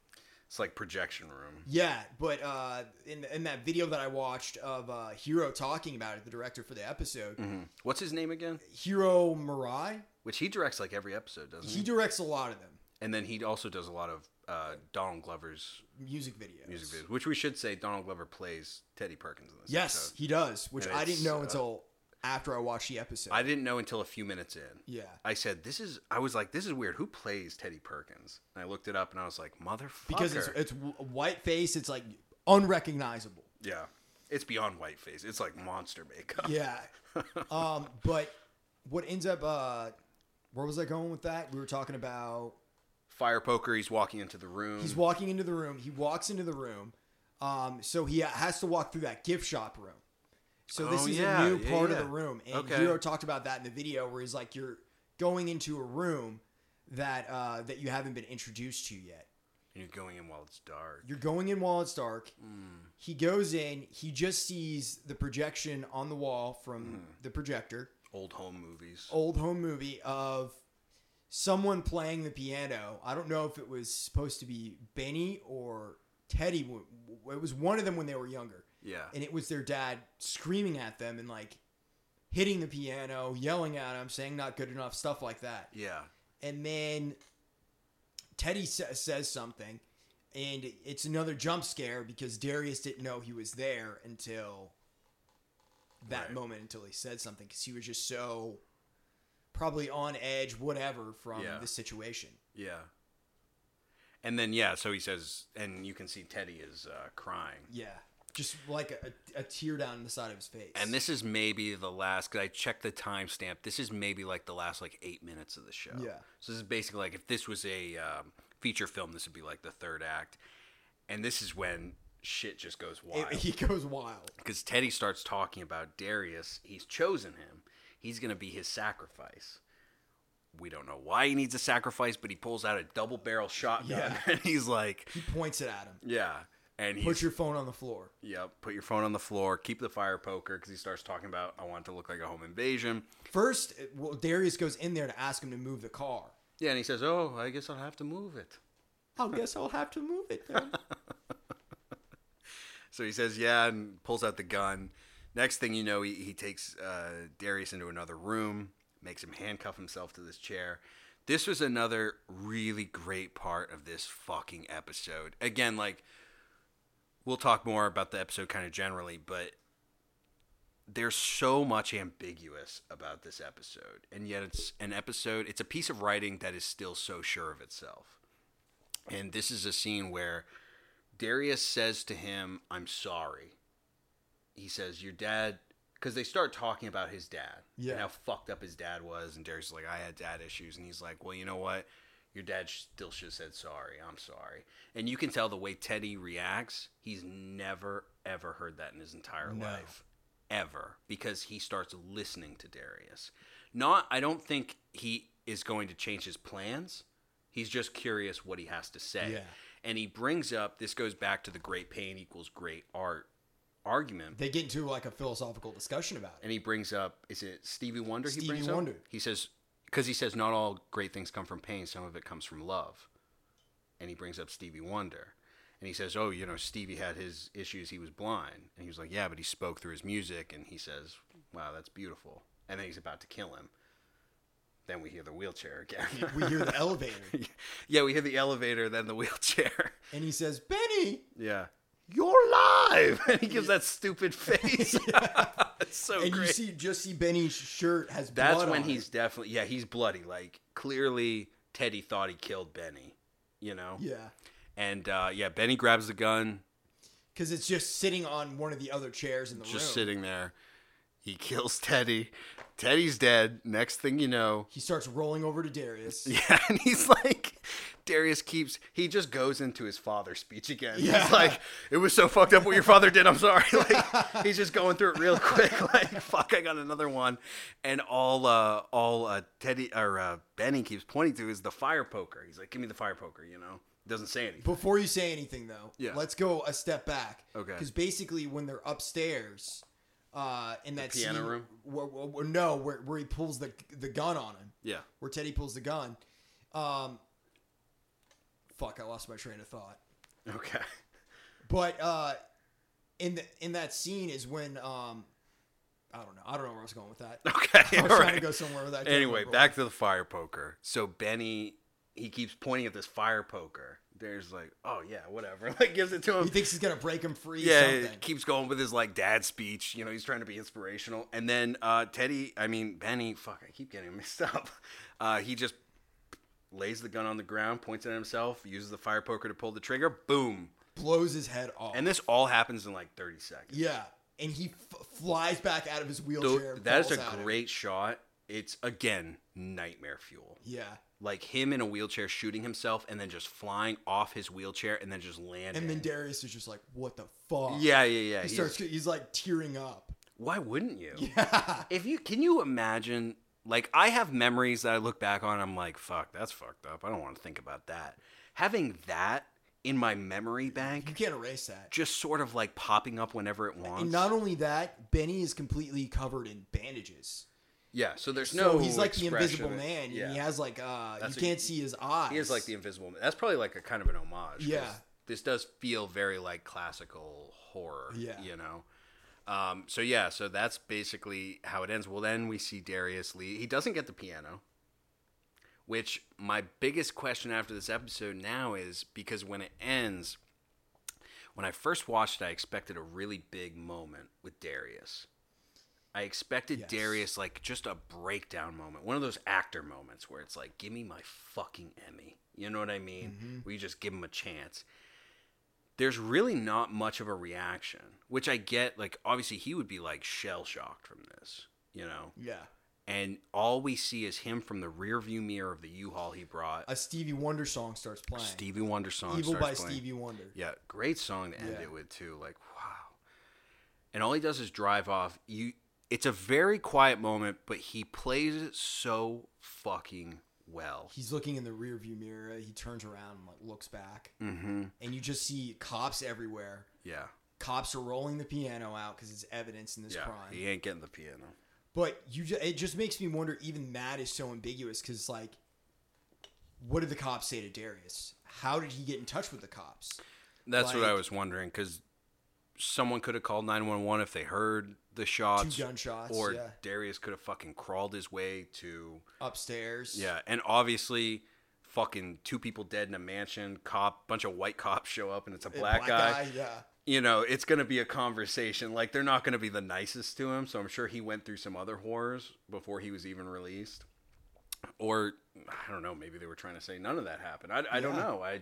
S1: It's like projection room.
S2: yeah, but uh in in that video that I watched of uh Hero talking about it, the director for the episode,
S1: Mm-hmm. What's his name again?
S2: Hero Marai,
S1: Which he directs like every episode, doesn't he?
S2: he directs a lot of them.
S1: And then he also does a lot of uh, Donald Glover's
S2: Music videos.
S1: music videos, which we should say Donald Glover plays Teddy Perkins in this.
S2: Yes,
S1: episode.
S2: he does, which
S1: And
S2: I didn't
S1: it's,
S2: know
S1: uh,
S2: until after I watched the episode.
S1: I didn't know until a few minutes in.
S2: yeah.
S1: I said, "This is." I was like, "This is weird. Who plays Teddy Perkins?" And I looked it up, and I was like, "Motherfucker!"
S2: Because it's it's w- white face, it's like unrecognizable.
S1: yeah, it's beyond whiteface. It's like monster makeup.
S2: Yeah. um, but what ends up uh where was I going with that? We were talking about
S1: Fire poker. He's walking into the room.
S2: he's walking into the room, he walks into the room. Um, so he has to walk through that gift shop room. So this
S1: Oh,
S2: is
S1: yeah,
S2: a new
S1: yeah,
S2: part
S1: yeah.
S2: of the room. And
S1: Okay.
S2: Hero talked about that in the video where he's like, You're going into a room that uh that you haven't been introduced to yet.
S1: and you're going in while it's dark.
S2: You're going in while it's dark.
S1: Hmm.
S2: He goes in. He just sees the projection on the wall from
S1: Hmm.
S2: the projector,
S1: Old home movies.
S2: old home movie of someone playing the piano. I don't know if it was supposed to be Benny or Teddy. W- w- It was one of them when they were younger,
S1: Yeah.
S2: and it was their dad screaming at them and like hitting the piano, yelling at them, saying "not good enough," stuff like that
S1: yeah.
S2: and then Teddy sa- says something, and it's another jump scare because Darius didn't know he was there until that
S1: Right.
S2: moment, until he said something because he was just so probably on edge, whatever, from
S1: Yeah.
S2: the situation.
S1: Yeah. And then yeah, so he says, and you can see Teddy is uh, crying.
S2: Yeah, just like a, a tear down the side of his face.
S1: And this is maybe the last. Cause I checked the timestamp. This is maybe like the last like eight minutes of the show.
S2: Yeah.
S1: So this is basically like if this was a um, feature film, this would be like the third act, and this is when shit just goes
S2: It-
S1: wild
S2: he goes wild.
S1: because Teddy starts talking about Darius. He's chosen him. He's gonna be his sacrifice. We don't know why he needs a sacrifice, but he pulls out a double barrel shotgun
S2: Yeah.
S1: and he's like,
S2: He points it at him.
S1: yeah. And he's
S2: Put your phone on the floor.
S1: Yep. Put your phone on the floor. Keep the fire poker because he starts talking about I want it to look like a home invasion.
S2: First, it- well, Darius goes in there to ask him to move the car.
S1: Yeah, and he says, "Oh, I guess I'll have to move it."
S2: I guess I'll have to move it then.
S1: So he says, "Yeah," and pulls out the gun. Next thing you know, he, he takes uh, Darius into another room, makes him handcuff himself to this chair. This was another really great part of this fucking episode. Again, like we'll talk more about the episode kind of generally, but there's so much ambiguous about this episode, and yet it's an episode. It's a piece of writing that is still so sure of itself. And this is a scene where Darius says to him, I'm sorry. He says, Your dad, because they start talking about his dad
S2: Yeah.
S1: and how fucked up his dad was. And Darius is like, I had dad issues. And he's like, Well, you know what? Your dad sh- still should have said sorry. I'm sorry. And you can tell the way Teddy reacts, he's never, ever heard that in his entire
S2: No.
S1: life. Ever. Because he starts listening to Darius. Not, I don't think he is going to change his plans. He's just curious what he has to say.
S2: Yeah.
S1: And he brings up this goes back to the great pain equals great art argument.
S2: they get into like a philosophical discussion about it.
S1: And he brings up is it Stevie Wonder
S2: Stevie
S1: he brings up?
S2: Wonder.
S1: He says cuz he says not all great things come from pain, some of it comes from love. And he brings up Stevie Wonder. And he says, "Oh, you know, Stevie had his issues, he was blind." And he was like, "Yeah, but he spoke through his music." And he says, "Wow, that's beautiful." And then he's about to kill him. Then we hear the wheelchair again.
S2: We hear the elevator,
S1: yeah, we hear the elevator, then the wheelchair.
S2: and he says, "Benny,"
S1: Yeah. You're live! And he gives that stupid face. it's so
S2: and you
S1: Oh, great.
S2: see just see Benny's shirt has.
S1: That's
S2: blood
S1: when
S2: on
S1: he's
S2: it.
S1: definitely, yeah, he's bloody. Like, clearly, Teddy thought he killed Benny, you know?
S2: yeah,
S1: And, uh, yeah, Benny grabs the gun,
S2: because it's just sitting on one of the other chairs in the room.
S1: just sitting there. He kills Teddy. Teddy's dead. Next thing you know,
S2: He starts rolling over to Darius.
S1: yeah, and he's like, Darius keeps he just goes into his father speech again.
S2: Yeah.
S1: He's like, it was so fucked up what your father did. I'm sorry. Like he's just going through it real quick. Like fuck, I got another one. And all uh all uh Teddy or uh Benny keeps pointing to is the fire poker. He's like, give me the fire poker. You know, doesn't say anything.
S2: Before you say anything, though,
S1: Yeah.
S2: let's go a step back.
S1: Okay.
S2: Because basically, when they're upstairs, uh, in that
S1: piano
S2: scene-
S1: room?
S2: where- where- where- no, where, where he pulls the the gun on him,
S1: Yeah.
S2: where Teddy pulls the gun. Um, fuck, I lost my train of thought.
S1: Okay.
S2: But uh, in the in that scene is when um, I don't know, I don't know where I was going with that.
S1: Okay.
S2: I was
S1: all
S2: trying to
S1: right.
S2: Oh, go somewhere with that. I can't
S1: Anyway,
S2: remember.
S1: back to the fire poker. So Benny, he keeps pointing at this fire poker. There's like, oh yeah, whatever. Like gives it to him.
S2: He thinks he's gonna break him free.
S1: yeah,
S2: something.
S1: it keeps going with his like dad speech. You know, he's trying to be inspirational. And then uh, Teddy, I mean Benny, fuck, I keep getting him mixed up. Uh, he just lays the gun on the ground, points it at himself, uses the fire poker to pull the trigger. Boom!
S2: blows his head off.
S1: And this all happens in like 30 seconds.
S2: Yeah, and he f- flies back out of his
S1: So
S2: wheelchair. and
S1: that is
S2: falls
S1: a
S2: out of it.
S1: great shot. It's again nightmare fuel.
S2: Yeah,
S1: like him in a wheelchair shooting himself and then just flying off his wheelchair and then just landing.
S2: and then Darius is just like, "What the fuck?"
S1: yeah, yeah, yeah.
S2: he
S1: He's-
S2: starts. He's like tearing up.
S1: why wouldn't you?
S2: Yeah,
S1: If you can you imagine like I have memories that I look back on and I'm like, fuck, that's fucked up. I don't want to think about that. Having that in my memory
S2: you
S1: bank
S2: can't erase that.
S1: just sort of like popping up whenever it wants.
S2: And not only that, Benny is completely covered in bandages.
S1: yeah, so there's
S2: So
S1: no
S2: he's like the
S1: expression.
S2: Invisible Man.
S1: Yeah.
S2: And he has like uh,
S1: That's
S2: you
S1: what
S2: can't see his eyes.
S1: He is like the Invisible Man. That's probably like a kind of an homage. 'cause
S2: Yeah.
S1: This does feel very like classical horror.
S2: Yeah.
S1: You know? Um, so yeah, so that's basically how it ends. Well, then we see Darius Lee. He doesn't get the piano, which my biggest question after this episode now is because when it ends, when I first watched, it, I expected a really big moment with Darius. I expected
S2: Yes.
S1: Darius like just a breakdown moment, one of those actor moments where it's like, "Give me my fucking Emmy," you know what I mean?
S2: Mm-hmm.
S1: Where you just give him a chance. There's really not much of a reaction, which I get. Like, obviously, he would be like shell shocked from this, you know.
S2: yeah,
S1: And all we see is him from the rear view mirror of the U-Haul he brought.
S2: a Stevie Wonder song starts playing.
S1: Stevie Wonder song,
S2: Evil
S1: starts
S2: by
S1: playing.
S2: Stevie Wonder.
S1: Yeah, great song to end
S2: Yeah.
S1: it with too. Like wow. And all he does is drive off. You it's a very quiet moment, but he plays it so fucking well.
S2: He's looking in the rearview mirror. He turns around and like looks back,
S1: Mm-hmm.
S2: and you just see cops everywhere.
S1: Yeah.
S2: cops are rolling the piano out because it's evidence in this
S1: yeah.
S2: crime.
S1: He ain't getting the piano.
S2: But you, ju- it just makes me wonder. Even that is so ambiguous because, like, what did the cops say to Darius? How did he get in touch with the cops?
S1: That's what I
S2: Like-
S1: was wondering, because someone could have called nine one one if they heard the shots.
S2: gunshots,
S1: Or
S2: yeah.
S1: Darius could have fucking crawled his way to
S2: Upstairs.
S1: Yeah, and obviously, fucking two people dead in a mansion. Cop, bunch of white cops show up, and it's a
S2: A
S1: black, guy.
S2: Yeah.
S1: You know, it's gonna be a conversation. Like they're not gonna be the nicest to him. So I'm sure he went through some other horrors before he was even released. Or I don't know. Maybe they were trying to say none of that happened. I, I don't
S2: Yeah.
S1: know. I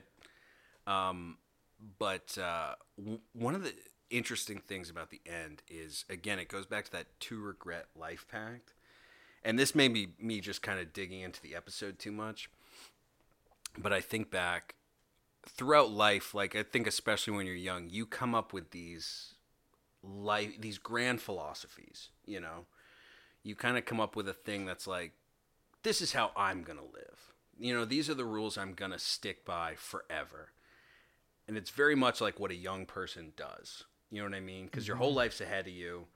S1: um, but uh, w- one of the interesting things about the end is again it goes back to that to regret life pact and this may be me just kind of digging into the episode too much but i think back throughout life like i think especially when you're young you come up with these life these grand philosophies you know you kind of come up with a thing that's like this is how i'm gonna live you know these are the rules i'm gonna stick by forever and it's very much like what a young person does. You know what I mean? Because your whole life's ahead of you.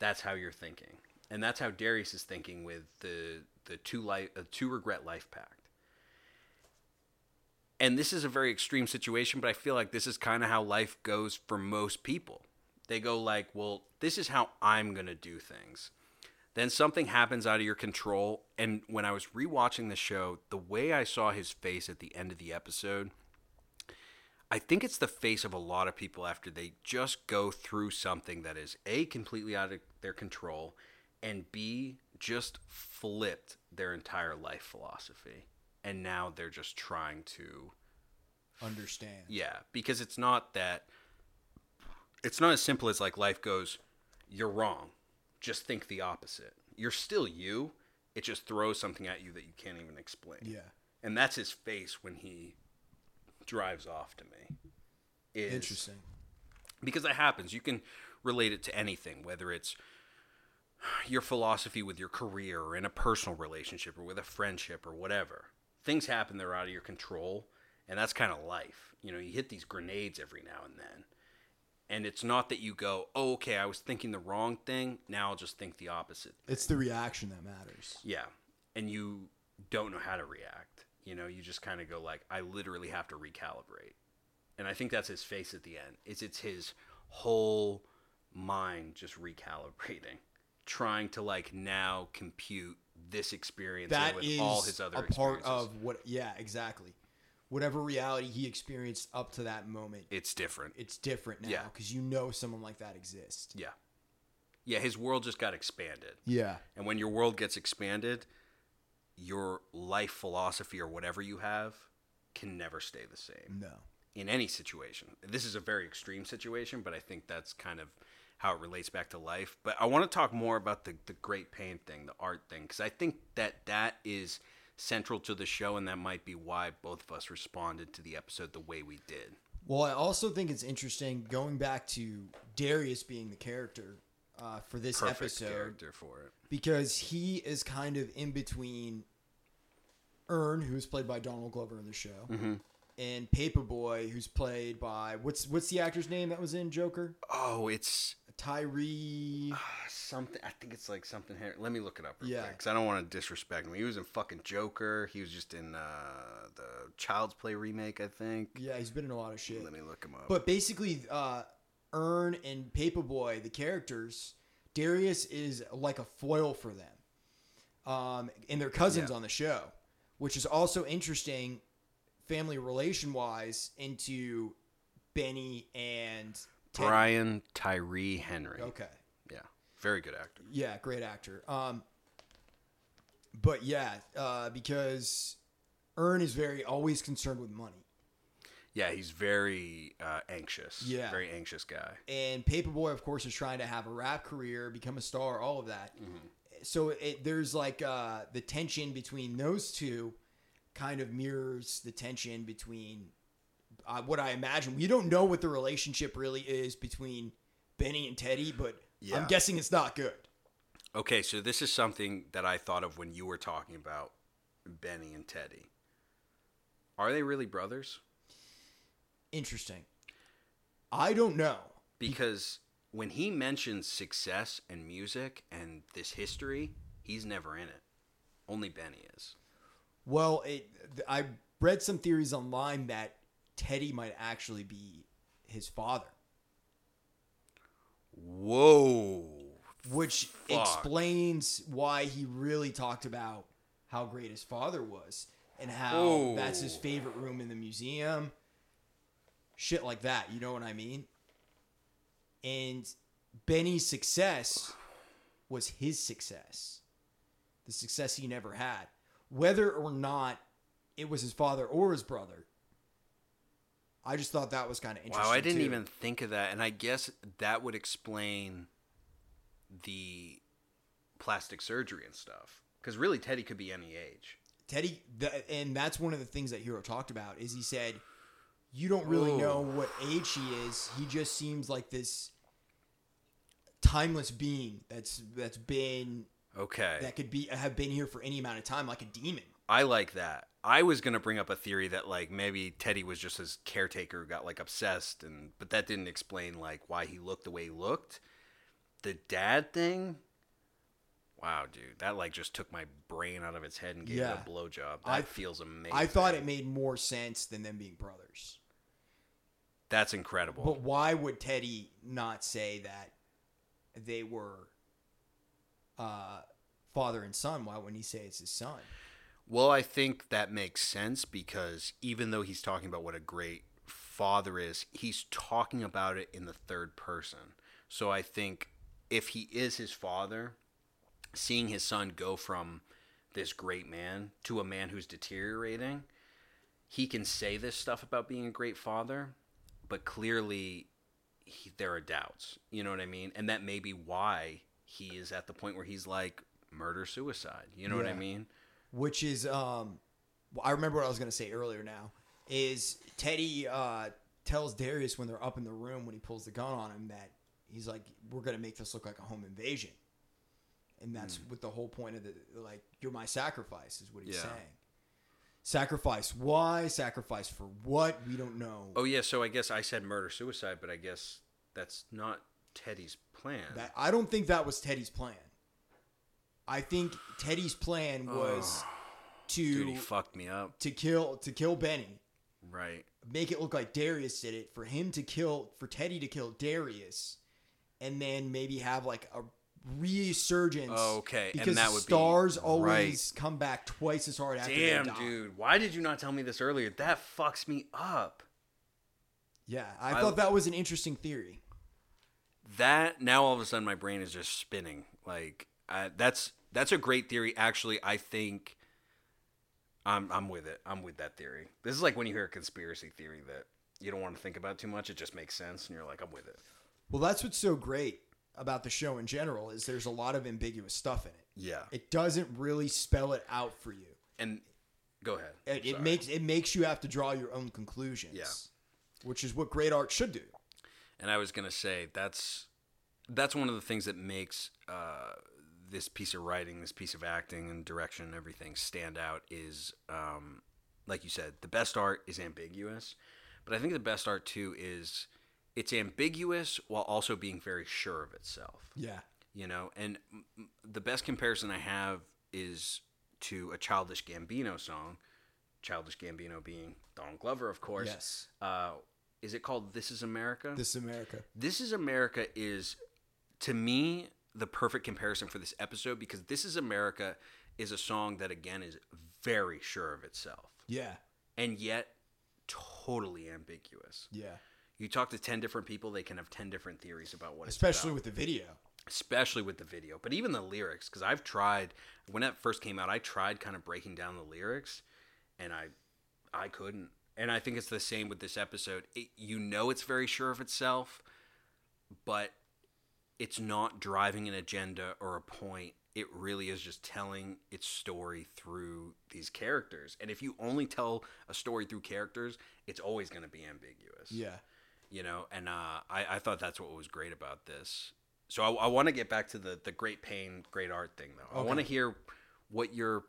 S1: That's how you're thinking, and that's how Darius is thinking with the the two life uh, two regret life pact. And this is a very extreme situation, but I feel like this is kind of how life goes for most people. They go like, "Well, this is how I'm gonna do things." Then something happens out of your control, and when I was rewatching the show, the way I saw his face at the end of the episode I think it's the face of a lot of people after they just go through something that is A, completely out of their control, and B, just flipped their entire life philosophy. And now they're just trying to,
S2: Understand.
S1: yeah, because it's not that, it's not as simple as like life goes, you're wrong, just think the opposite. You're still you, it just throws something at you that you can't even explain.
S2: Yeah.
S1: And that's his face when he drives off to me. Is,
S2: Interesting.
S1: because that happens. You can relate it to anything, whether it's your philosophy with your career or in a personal relationship or with a friendship or whatever. Things happen that are out of your control, and that's kind of life. You know, you hit these grenades every now and then. And it's not that you go, oh, okay, I was thinking the wrong thing. Now I'll just think the opposite.
S2: It's the reaction that matters.
S1: Yeah. And you don't know how to react. You know, you just kind of go like, I literally have to recalibrate. And I think that's his face at the end. It's it's his whole mind just recalibrating, trying to like now compute this experience in
S2: That
S1: with
S2: is
S1: all his other
S2: a part
S1: experiences.
S2: of what. Yeah, exactly. Whatever reality he experienced up to that moment,
S1: it's different.
S2: it's different now
S1: Yeah.
S2: because you know someone like that exists.
S1: yeah. Yeah, his world just got expanded.
S2: Yeah.
S1: And when your world gets expanded, your life philosophy or whatever you have can never stay the same.
S2: No.
S1: in any situation. This is a very extreme situation, but I think that's kind of how it relates back to life. But I want to talk more about the, the great pain thing, the art thing, because I think that that is central to the show, and that might be why both of us responded to the episode the way we did.
S2: Well, I also think it's interesting going back to Darius being the character uh, for this
S1: Perfect
S2: episode
S1: character for it.
S2: because he is kind of in between Earn, who's played by Donald Glover in the show,
S1: Mm-hmm.
S2: and Paperboy, who's played by what's what's the actor's name that was in Joker?
S1: Oh, it's
S2: Tyree.
S1: ah, something. I think it's like something here. Let me look it up real
S2: Yeah.
S1: quick, because I don't want to disrespect him. He was in fucking Joker. He was just in uh, the Child's Play remake, I think.
S2: Yeah, he's been in a lot of shit.
S1: Let me look him up.
S2: But basically, uh, Earn and Paperboy, the characters, Darius is like a foil for them, um, and their cousins
S1: Yeah.
S2: on the show, which is also interesting, family relation wise, into Benny and Ted.
S1: Brian Tyree Henry.
S2: Okay,
S1: Yeah. Very good actor.
S2: yeah, great actor. Um, but yeah, uh, because Earn is very always concerned with money.
S1: Yeah, he's very uh, anxious.
S2: Yeah.
S1: Very anxious guy.
S2: and Paperboy, of course, is trying to have a rap career, become a star, all of that. So it, there's like uh, the tension between those two, kind of mirrors the tension between uh, what I imagine. We don't know what the relationship really is between Benny and Teddy, but I'm
S1: Yeah.
S2: guessing it's not good.
S1: Okay, so this is something that I thought of when you were talking about Benny and Teddy. Are they really brothers?
S2: Interesting. I don't know.
S1: Because when he mentions success and music and this history, he's never in it. Only Benny is.
S2: Well, it, th- I read some theories online that Teddy might actually be his father.
S1: Whoa.
S2: which
S1: Fuck.
S2: explains why he really talked about how great his father was and how
S1: Oh.
S2: that's his favorite room in the museum shit like that you know what i mean and benny's success was his success the success he never had whether or not it was his father or his brother i just thought that was kind of interesting
S1: Wow, I didn't
S2: too.
S1: even think of that. And I guess that would explain the plastic surgery and stuff. Because really, Teddy could be any age.
S2: Teddy, the, and that's one of the things that Hero talked about is he said, "You don't really know what age he is. He just seems like this timeless being that's that's been
S1: Okay.
S2: that could be have been here for any amount of time, like a demon."
S1: I like that. I was going to bring up a theory that, like, maybe Teddy was just his caretaker who got, like, obsessed. and But that didn't explain, like, why he looked the way he looked. The dad thing. Wow, dude. That, like, just took my brain out of its head and gave it
S2: Yeah.
S1: a blowjob. That
S2: I-
S1: feels amazing.
S2: I thought it made more sense than them being brothers.
S1: That's incredible.
S2: But why would Teddy not say that they were uh, father and son? Why wouldn't he say it's his son?
S1: Well, I think that makes sense because even though he's talking about what a great father is, he's talking about it in the third person. So I think if he is his father, seeing his son go from this great man to a man who's deteriorating, he can say this stuff about being a great father, but clearly he, there are doubts. You know what I mean? And that may be why he is at the point where he's like murder suicide. You know what I
S2: Yeah.
S1: mean?
S2: which is um well, I remember what I was going to say earlier now. is Teddy uh, tells Darius when they're up in the room when he pulls the gun on him that he's like, "We're gonna make this look like a home invasion," and that's what the whole point of the like, "You're my sacrifice," is what he's
S1: Hmm. Yeah.
S2: saying. Sacrifice why? Sacrifice for what? We don't know.
S1: Oh yeah, so I guess I said murder suicide, but I guess that's not Teddy's plan.
S2: That I don't think that was Teddy's plan. I think Teddy's plan was to
S1: Dude, he fucked me up.
S2: to kill to kill Benny,
S1: Right.
S2: make it look like Darius did it, for him to kill for Teddy to kill Darius, and then maybe have like a resurgence.
S1: Oh, Okay, and
S2: because
S1: that would be-
S2: stars always
S1: right.
S2: come back twice as hard after they
S1: Damn,
S2: die.
S1: dude. Why did you not tell me this earlier? That fucks me up.
S2: Yeah, I,
S1: I-
S2: thought that was an interesting theory.
S1: That now all of a sudden my brain is just spinning. Like I, that's that's a great theory. Actually, I think I'm I'm with it. I'm with that theory. This is like when you hear a conspiracy theory that you don't want to think about too much. It just makes sense, and you're like, I'm with it.
S2: Well, that's what's so great about the show in general is there's a lot of ambiguous stuff in it.
S1: Yeah.
S2: It doesn't really spell it out for you.
S1: And go ahead.
S2: It, it
S1: Sorry.
S2: makes it makes you have to draw your own conclusions.
S1: Yeah.
S2: Which is what great art should do.
S1: and I was gonna say that's that's one of the things that makes uh, this piece of writing, this piece of acting and direction and everything stand out is, um, like you said, the best art is ambiguous, but I think the best art too is it's ambiguous while also being very sure of itself
S2: Yeah.
S1: you know and m- m- the best comparison i have is to a childish gambino song childish gambino being don glover of course
S2: Yes.
S1: uh, is it called this is america
S2: This is America.
S1: this is America is to me the perfect comparison for this episode because This is America is a song that again is very sure of itself
S2: Yeah.
S1: and yet totally ambiguous.
S2: Yeah.
S1: You talk to 10 different people, they can have 10 different theories about what
S2: Especially
S1: it's
S2: with the video.
S1: about, especially with the video, but even the lyrics because I've tried when that first came out, I tried kind of breaking down the lyrics and I I couldn't. And I think it's the same with this episode. It, you know, it's very sure of itself, but it's not driving an agenda or a point. It really is just telling its story through these characters. And if you only tell a story through characters, it's always going to be ambiguous.
S2: Yeah.
S1: You know, and uh, I, I thought that's what was great about this. So I, I want to get back to the, the great pain, great art thing, though. I want to hear what your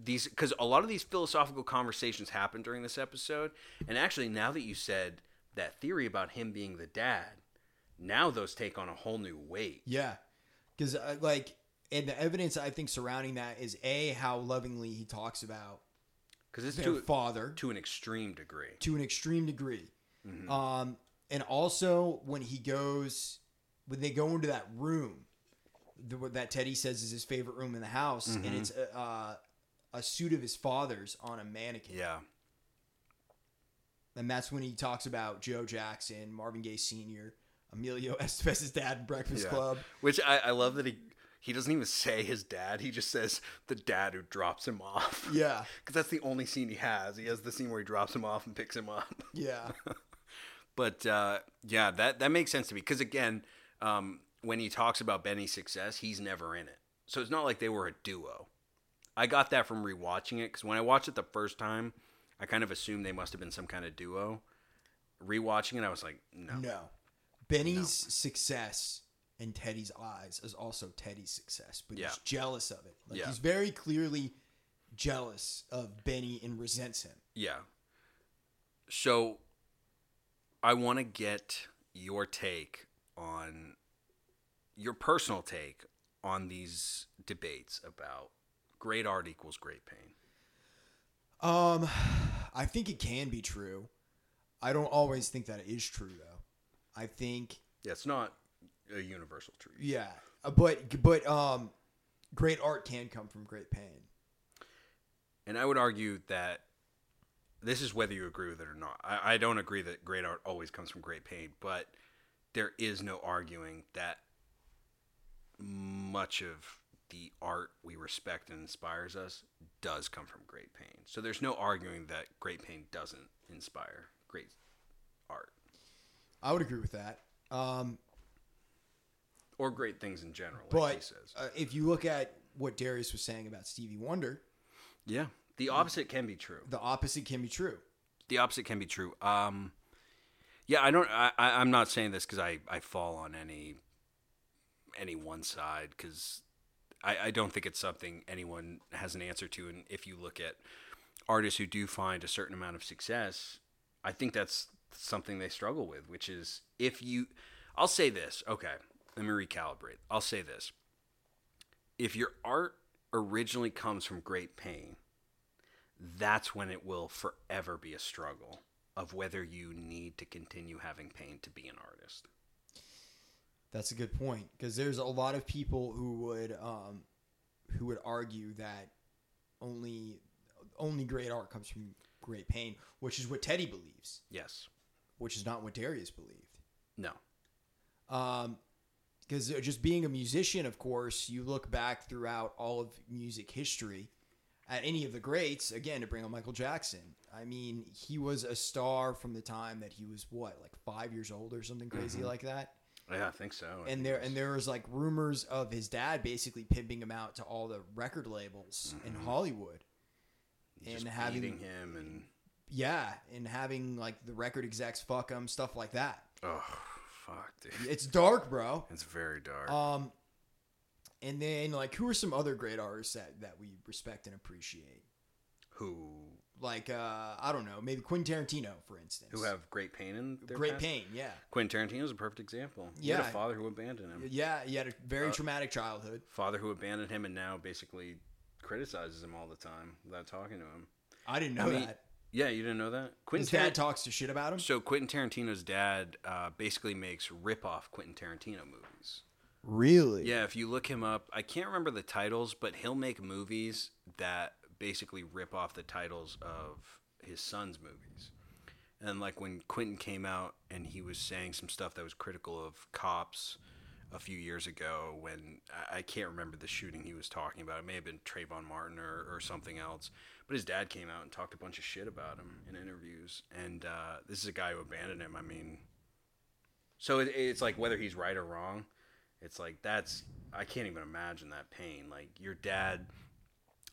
S1: these because a lot of these philosophical conversations happen during this episode. And actually, now that you said that theory about him being the dad, now those take on a whole new weight.
S2: Yeah. Because uh, like, and the evidence I think surrounding that is a how lovingly he talks about
S1: because it's
S2: their
S1: to
S2: father
S1: to Mm-hmm. an extreme degree.
S2: to an extreme degree. Um, and also when he goes, when they go into that room, the, what that Teddy says is his favorite room in the house,
S1: Mm-hmm.
S2: and it's a, uh, a suit of his father's on a mannequin.
S1: Yeah,
S2: And that's when he talks about Joe Jackson, Marvin Gaye Sr., Emilio Estevez's dad, in Breakfast
S1: Yeah.
S2: Club.
S1: which I, I love that he he doesn't even say his dad. He just says the dad who drops him off.
S2: Yeah,
S1: because that's the only scene he has. He has the scene where he drops him off and picks him up.
S2: yeah,
S1: But uh, yeah, that that makes sense to me because again, um, when he talks about Benny's success, he's never in it, so it's not like they were a duo. I got that from rewatching it because when I watched it the first time, I kind of assumed they must have been some kind of duo. Rewatching it, I was like, no,
S2: no. Benny's success in Teddy's eyes is also Teddy's success, but
S1: Yeah.
S2: he's jealous of it. Like
S1: Yeah.
S2: he's very clearly jealous of Benny and resents him.
S1: Yeah. So I want to get your take on your personal take on these debates about great art equals great pain.
S2: Um, I think it can be true. I don't always think that it is true though. I think
S1: Yeah, it's not a universal truth.
S2: yeah, uh, but but um, great art can come from great pain.
S1: And I would argue that this is whether you agree with it or not. I, I don't agree that great art always comes from great pain, but there is no arguing that much of the art we respect and inspires us does come from great pain. So there's no arguing that great pain doesn't inspire great art
S2: I would agree with that. Um,
S1: or great things in general, like he
S2: but
S1: says.
S2: uh, if you look at what Darius was saying about Stevie Wonder,
S1: Yeah. The opposite can be true.
S2: the opposite can be true.
S1: the opposite can be true. Um, yeah, I don't. I, I- I'm not saying this because I, I fall on any any one side because I, I don't think it's something anyone has an answer to. And if you look at artists who do find a certain amount of success, I think that's something they struggle with, which is if you. I'll say this. Okay, let me recalibrate. I'll say this. If your art originally comes from great pain, that's when it will forever be a struggle of whether you need to continue having pain to be an artist.
S2: That's a good point because there's a lot of people who would um, who would argue that only only great art comes from great pain, which is what Teddy believes,
S1: Yes.
S2: which is not what Darius believed.
S1: No.
S2: Um, because just being a musician, of course, you look back throughout all of music history at any of the greats. Again, to bring on Michael Jackson, I mean, he was a star from the time that he was what, like five years old or something crazy like that.
S1: Yeah, I think so. I think
S2: and there
S1: it's-
S2: and there was like rumors of his dad basically pimping him out to all the record labels in
S1: Mm-hmm.
S2: Hollywood.
S1: he's just
S2: and having-
S1: beating him and
S2: Yeah, and having like the record execs fuck him, stuff like that.
S1: oh fuck, dude,
S2: It's dark, bro.
S1: it's very dark.
S2: Um, and then like who are some other great artists that that we respect and appreciate?
S1: who
S2: Like uh, I don't know, maybe Quentin Tarantino, for instance.
S1: who have great pain in their
S2: great
S1: past?
S2: pain? Yeah,
S1: Quentin Tarantino is a perfect example. He had a
S2: Yeah.
S1: father who abandoned him.
S2: yeah. He had a
S1: Uh,
S2: very traumatic childhood.
S1: Father who abandoned him and now basically criticizes him all the time without talking to him.
S2: I didn't know
S1: I mean,
S2: that.
S1: yeah, you didn't know that. Quentin
S2: His dad
S1: Tarant-
S2: talks to shit about him.
S1: So Quentin Tarantino's dad uh, basically makes rip-off Quentin Tarantino movies.
S2: Really?
S1: Yeah, if you look him up, I can't remember the titles, but he'll make movies that basically rip off the titles of his son's movies. And like when Quentin came out and he was saying some stuff that was critical of cops a few years ago, when I- I can't remember the shooting he was talking about. It may have been Trayvon Martin or, or something else. But his dad came out and talked a bunch of shit about him in interviews. And uh, this is a guy who abandoned him. I mean, so it, it's like whether he's right or wrong, it's like that's I can't even imagine that pain. Like your dad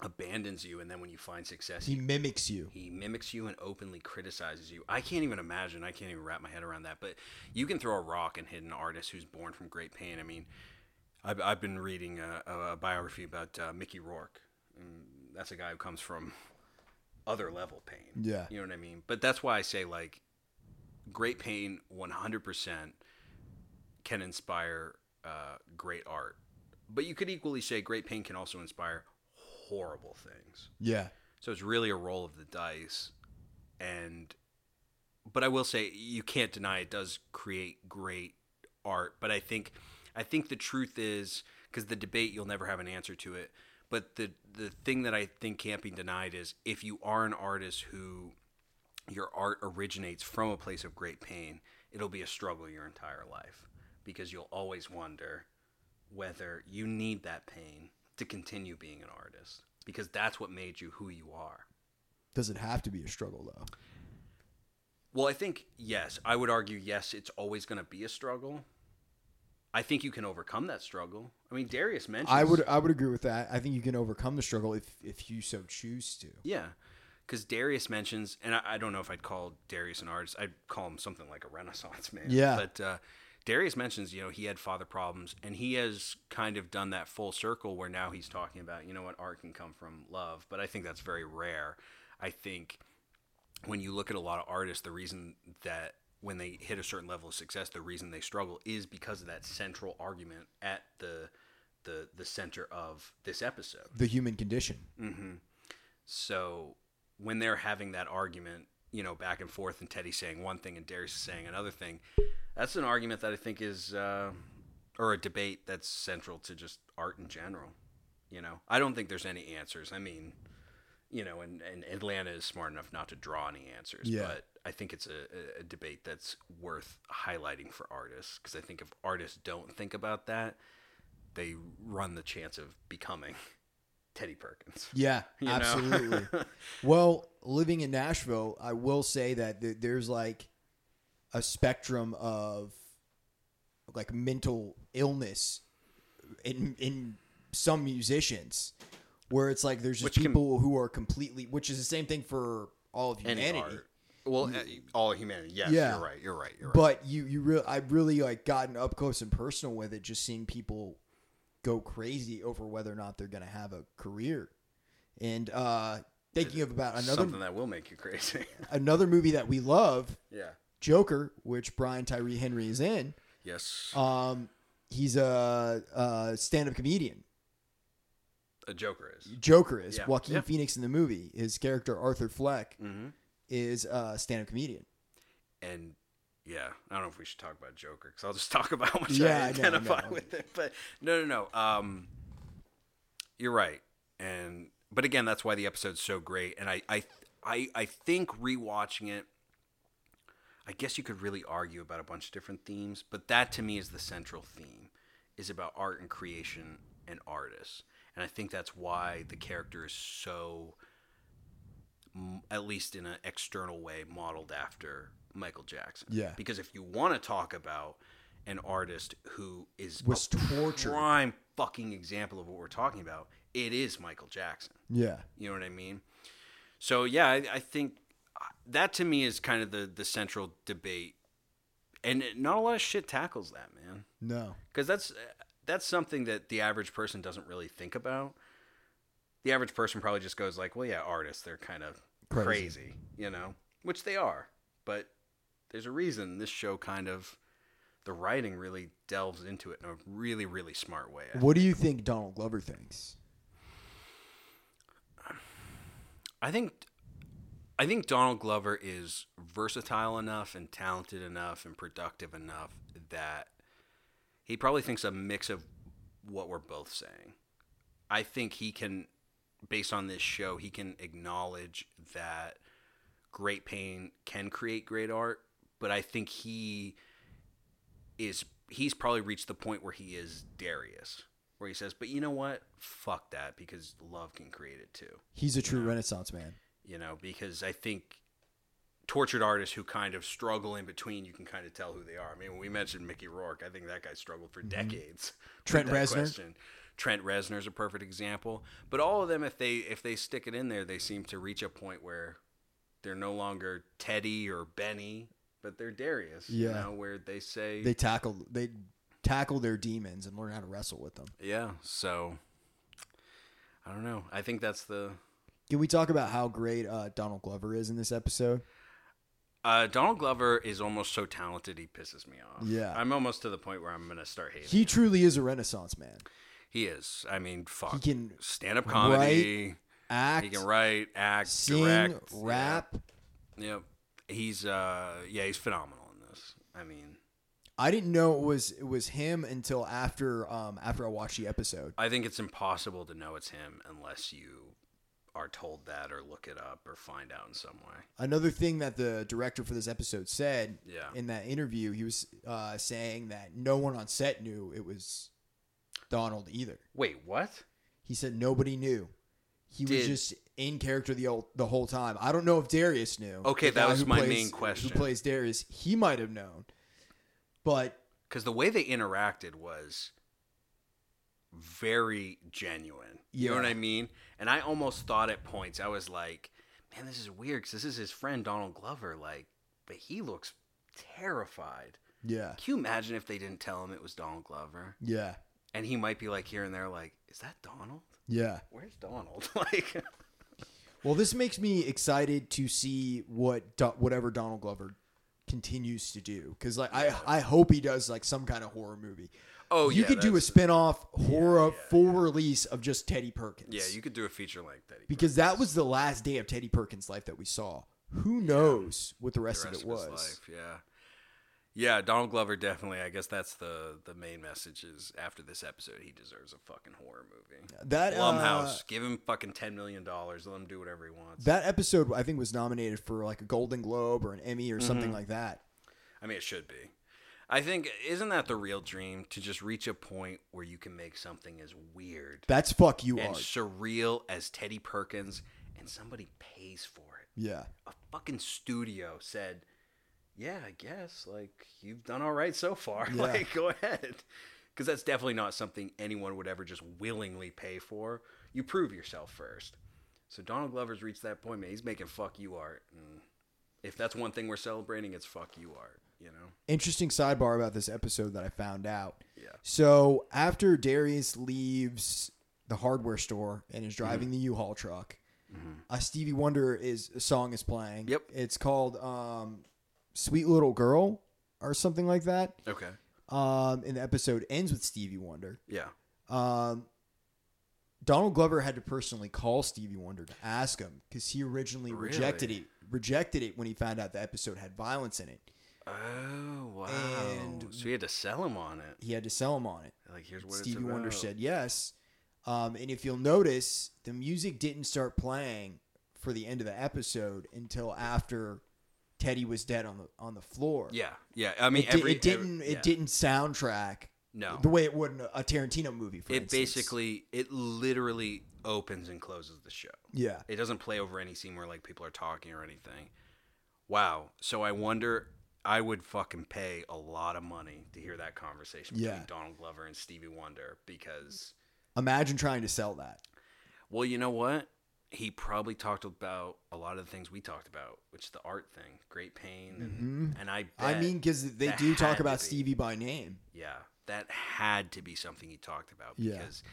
S1: abandons you, and then when you find success,
S2: He
S1: he,
S2: mimics you.
S1: he mimics you and openly criticizes you. I can't even imagine. I can't even wrap my head around that. But you can throw a rock and hit an artist who's born from great pain. I mean, I've, I've been reading a, a biography about uh, Mickey Rourke. And that's a guy who comes from other level pain.
S2: Yeah.
S1: You know what I mean? But that's why I say like great pain 100% can inspire uh, great art. But you could equally say great pain can also inspire horrible things.
S2: Yeah.
S1: So it's really a roll of the dice. And but I will say you can't deny it does create great art, but I think I think the truth is cuz the debate you'll never have an answer to it, but the the thing that I think can't be denied is if you are an artist who your art originates from a place of great pain, it'll be a struggle your entire life because you'll always wonder whether you need that pain to continue being an artist because that's what made you who you are.
S2: Does it have to be a struggle though?
S1: Well, I think yes, I would argue yes, it's always going to be a struggle. I think you can overcome that struggle. I mean, Darius mentioned
S2: I would I would agree with that. I think you can overcome the struggle if if you so choose to.
S1: Yeah. Because Darius mentions, and I, I don't know if I'd call Darius an artist. I'd call him something like a Renaissance man.
S2: Yeah.
S1: But uh, Darius mentions, you know, he had father problems, and he has kind of done that full circle where now he's talking about, you know what, art can come from love. But I think that's very rare. I think when you look at a lot of artists, the reason that when they hit a certain level of success, the reason they struggle is because of that central argument at the the the center of this episode.
S2: The human condition.
S1: So when they're having that argument, you know, back and forth, and Teddy's saying one thing and Darius is saying another thing, that's an argument that I think is, uh, or a debate that's central to just art in general. You know, I don't think there's any answers. I mean, you know, and, and Atlanta is smart enough not to draw any answers,
S2: Yeah.
S1: but I think it's a, a- a debate that's worth highlighting for artists because I think if artists don't think about that, they run the chance of becoming Teddy Perkins.
S2: Yeah,
S1: You know?
S2: absolutely. well, living in Nashville, I will say that th- there's like a spectrum of like mental illness in in some musicians where it's like there's just
S1: Which can-
S2: people who are completely which is the same thing for all of
S1: Any
S2: humanity
S1: art. Well, uh, all humanity. Yes,
S2: Yeah.
S1: you're right. You're right. You're right.
S2: but you you really I've really like gotten up close and personal with it just seeing people go crazy over whether or not they're going to have a career. And uh thinking of about another
S1: Something that will make you crazy.
S2: another movie that we love,
S1: yeah.
S2: Joker, which Brian Tyree Henry is in.
S1: Yes.
S2: Um he's a, a stand-up comedian.
S1: a Joker is.
S2: Joker is
S1: Yeah.
S2: Joaquin
S1: Yeah.
S2: Phoenix in the movie. His character Arthur Fleck
S1: hmm
S2: is a stand-up comedian.
S1: And yeah, I don't know if we should talk about Joker because I'll just talk about how much
S2: Yeah,
S1: I
S2: I know,
S1: identify
S2: no.
S1: with it. But no, no, no. Um, you're right. And but again, that's why the episode's so great. And I, I, I, I think rewatching it. I guess you could really argue about a bunch of different themes, but that to me is the central theme, is about art and creation and artists. And I think that's why the character is so, m- at least in an external way, modeled after Michael Jackson.
S2: Yeah.
S1: Because if you want to talk about an artist who is
S2: Was
S1: a
S2: tortured.
S1: prime fucking example of what we're talking about, it is Michael Jackson.
S2: Yeah.
S1: You know what I mean? So yeah, I, I think uh, that to me is kind of the the central debate, and it- not a lot of shit tackles that, man.
S2: No.
S1: Because that's uh, that's something that the average person doesn't really think about. The average person probably just goes like, "Well, yeah, artists, they're kind of
S2: Crazy.
S1: crazy. you know," which they are. But there's a reason this show kind of the writing really delves into it in a really, really smart way. I
S2: What do you think Donald Glover thinks?
S1: I think I think Donald Glover is versatile enough and talented enough and productive enough that he probably thinks a mix of what we're both saying. I think he can based on this show, he can acknowledge that great pain can create great art, but I think he is he's probably reached the point where he is Darius, where he says, "But you know what? Fuck that because love can create it too."
S2: He's a true renaissance man.
S1: you know, because I think tortured artists who kind of struggle in between, you can kind of tell who they are. I mean, when we mentioned Mickey Rourke, I think that guy struggled for decades. with
S2: Mm-hmm. Trent
S1: that
S2: Reznor.
S1: Trent Reznor's a perfect example, but all of them, if they if they stick it in there, they seem to reach a point where they're no longer Teddy or Benny, but they're Darius. You
S2: Yeah.
S1: know, where they say
S2: They tackle they tackle their demons and learn how to wrestle with them.
S1: yeah. So I don't know. I think that's the
S2: Can we talk about how great uh, Donald Glover is in this episode?
S1: Uh, Donald Glover is almost so talented he pisses me off.
S2: Yeah.
S1: I'm almost to the point where I'm gonna start hating.
S2: He
S1: He,
S2: truly is a renaissance man.
S1: he is. I mean, fuck.
S2: He can
S1: stand up comedy.
S2: Act,
S1: he can write, act,
S2: sing,
S1: direct,
S2: rap.
S1: Yeah. Yep. He's uh, yeah, he's phenomenal in this. I mean,
S2: I didn't know it was it was him until after um after I watched the episode.
S1: I think it's impossible to know it's him unless you are told that or look it up or find out in some way.
S2: Another thing that the director for this episode said
S1: Yeah.
S2: in that interview, he was uh, saying that no one on set knew it was Donald either.
S1: Wait, what?
S2: He said nobody knew. He was
S1: Did-
S2: just in character the old, the whole time. I don't know if Darius knew.
S1: Okay,
S2: The
S1: that
S2: guy
S1: was
S2: who
S1: my
S2: plays-
S1: main question.
S2: Who plays Darius? He might have known, but
S1: Because the way they interacted was very genuine. You know what
S2: Yeah.
S1: I mean? And I almost thought at points, I was like, man, this is weird because this is his friend Donald Glover. Like, but he looks terrified.
S2: yeah,
S1: Can you imagine if they didn't tell him it was Donald Glover?
S2: yeah,
S1: And he might be like here and there, like, is that Donald?
S2: yeah.
S1: Where's Donald? like,
S2: Well, this makes me excited to see what Do- whatever Donald Glover continues to do because like I I hope he does like some kind of horror movie.
S1: oh,
S2: you
S1: yeah,
S2: could do a
S1: that's-
S2: spinoff horror full release of just Teddy Perkins.
S1: Yeah, you could do a feature like that.
S2: because that was the last day of Teddy Perkins' life that we saw. Who knows what the rest,
S1: the rest
S2: of it was?
S1: Of his life, yeah. Yeah, Donald Glover definitely. I guess that's the the main message is after this episode, he deserves a fucking horror movie.
S2: That uh,
S1: Blumhouse, give him fucking ten million dollars. Let him do whatever he wants.
S2: that episode, I think, was nominated for like a Golden Globe or an Emmy or
S1: Mm-hmm.
S2: something like that.
S1: I mean, it should be. I think isn't that the real dream to just reach a point where you can make something as weird
S2: That's fuck you
S1: and
S2: are.
S1: surreal as Teddy Perkins, and somebody pays for it.
S2: yeah,
S1: a fucking studio said, "Yeah, I guess like you've done all right so far.
S2: Yeah.
S1: like go ahead." Cuz that's definitely not something anyone would ever just willingly pay for. You prove yourself first. So Donald Glover's reached that point, man. He's making fuck you art and If that's one thing we're celebrating, it's fuck you art. You know.
S2: Interesting sidebar about this episode that I found out.
S1: Yeah.
S2: So after Darius leaves the hardware store and is driving
S1: Mm-hmm.
S2: the U-Haul truck, a Stevie Wonder is a song is playing.
S1: Yep.
S2: It's called um, "Sweet Little Girl" or something like that.
S1: Okay.
S2: Um, and the episode ends with Stevie Wonder.
S1: Yeah.
S2: Um, Donald Glover had to personally call Stevie Wonder to ask him because he originally rejected it.
S1: Really?
S2: Rejected it when he found out the episode had violence in it.
S1: Oh wow.
S2: And-
S1: so we had to sell him on it.
S2: He had to sell him on it.
S1: Like here's what it's
S2: Stevie
S1: about.
S2: Wonder said yes. Um, and if you'll notice, the music didn't start playing for the end of the episode until after Teddy was dead on the on the floor.
S1: Yeah. Yeah. I mean,
S2: it, di-
S1: every,
S2: it didn't
S1: every- yeah.
S2: it didn't soundtrack
S1: No.
S2: the way it would in a- a Tarantino movie. For
S1: it
S2: instance.
S1: basically it literally opens and closes the show
S2: yeah
S1: it doesn't play over any scene where like people are talking or anything wow so i wonder i would fucking pay a lot of money to hear that conversation between
S2: Yeah.
S1: donald glover and stevie wonder because
S2: imagine trying to sell that.
S1: well you know what he probably talked about a lot of the things we talked about which is the art thing great pain and, and i
S2: Mm-hmm. I
S1: bet-
S2: mean, because they
S1: that
S2: do
S1: had
S2: talk
S1: to
S2: about
S1: be.
S2: Stevie by name.
S1: Yeah, that had to be something he talked about
S2: Yeah.
S1: because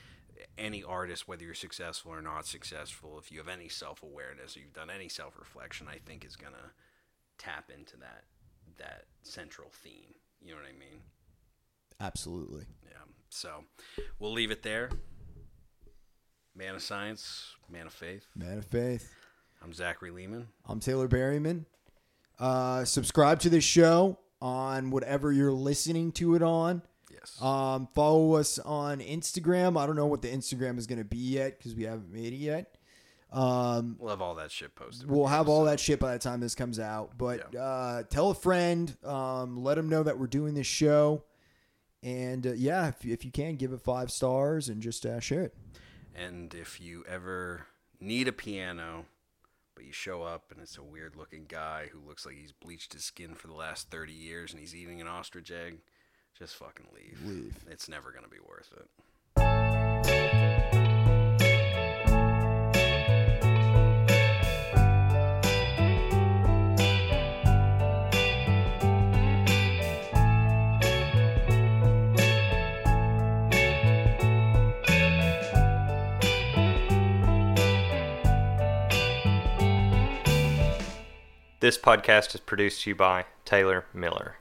S1: any artist, whether you're successful or not successful, if you have any self awareness or you've done any self reflection, I think is gonna tap into that that central theme. You know what I mean?
S2: Absolutely.
S1: Yeah. So we'll leave it there. Man of science, man of faith.
S2: Man of faith.
S1: I'm Zachary Lehman.
S2: I'm Taylor Berryman. Uh, subscribe to this show on whatever you're listening to it on.
S1: Yes.
S2: Um, follow us on Instagram. I don't know what the Instagram is going to be yet because we haven't made it yet. Um,
S1: we'll have all that shit posted.
S2: we'll have all that shit by the time this comes out. But uh, tell a friend, um, let them know that we're doing this show. And uh, yeah, if, if you can, give it five stars and just uh, share it.
S1: And if you ever need a piano, but you show up and it's a weird looking guy who looks like he's bleached his skin for the last 30 years and he's eating an ostrich egg, just fucking leave.
S2: Leave.
S1: It's never going to be worth it.
S4: This podcast is produced to you by Taylor Miller.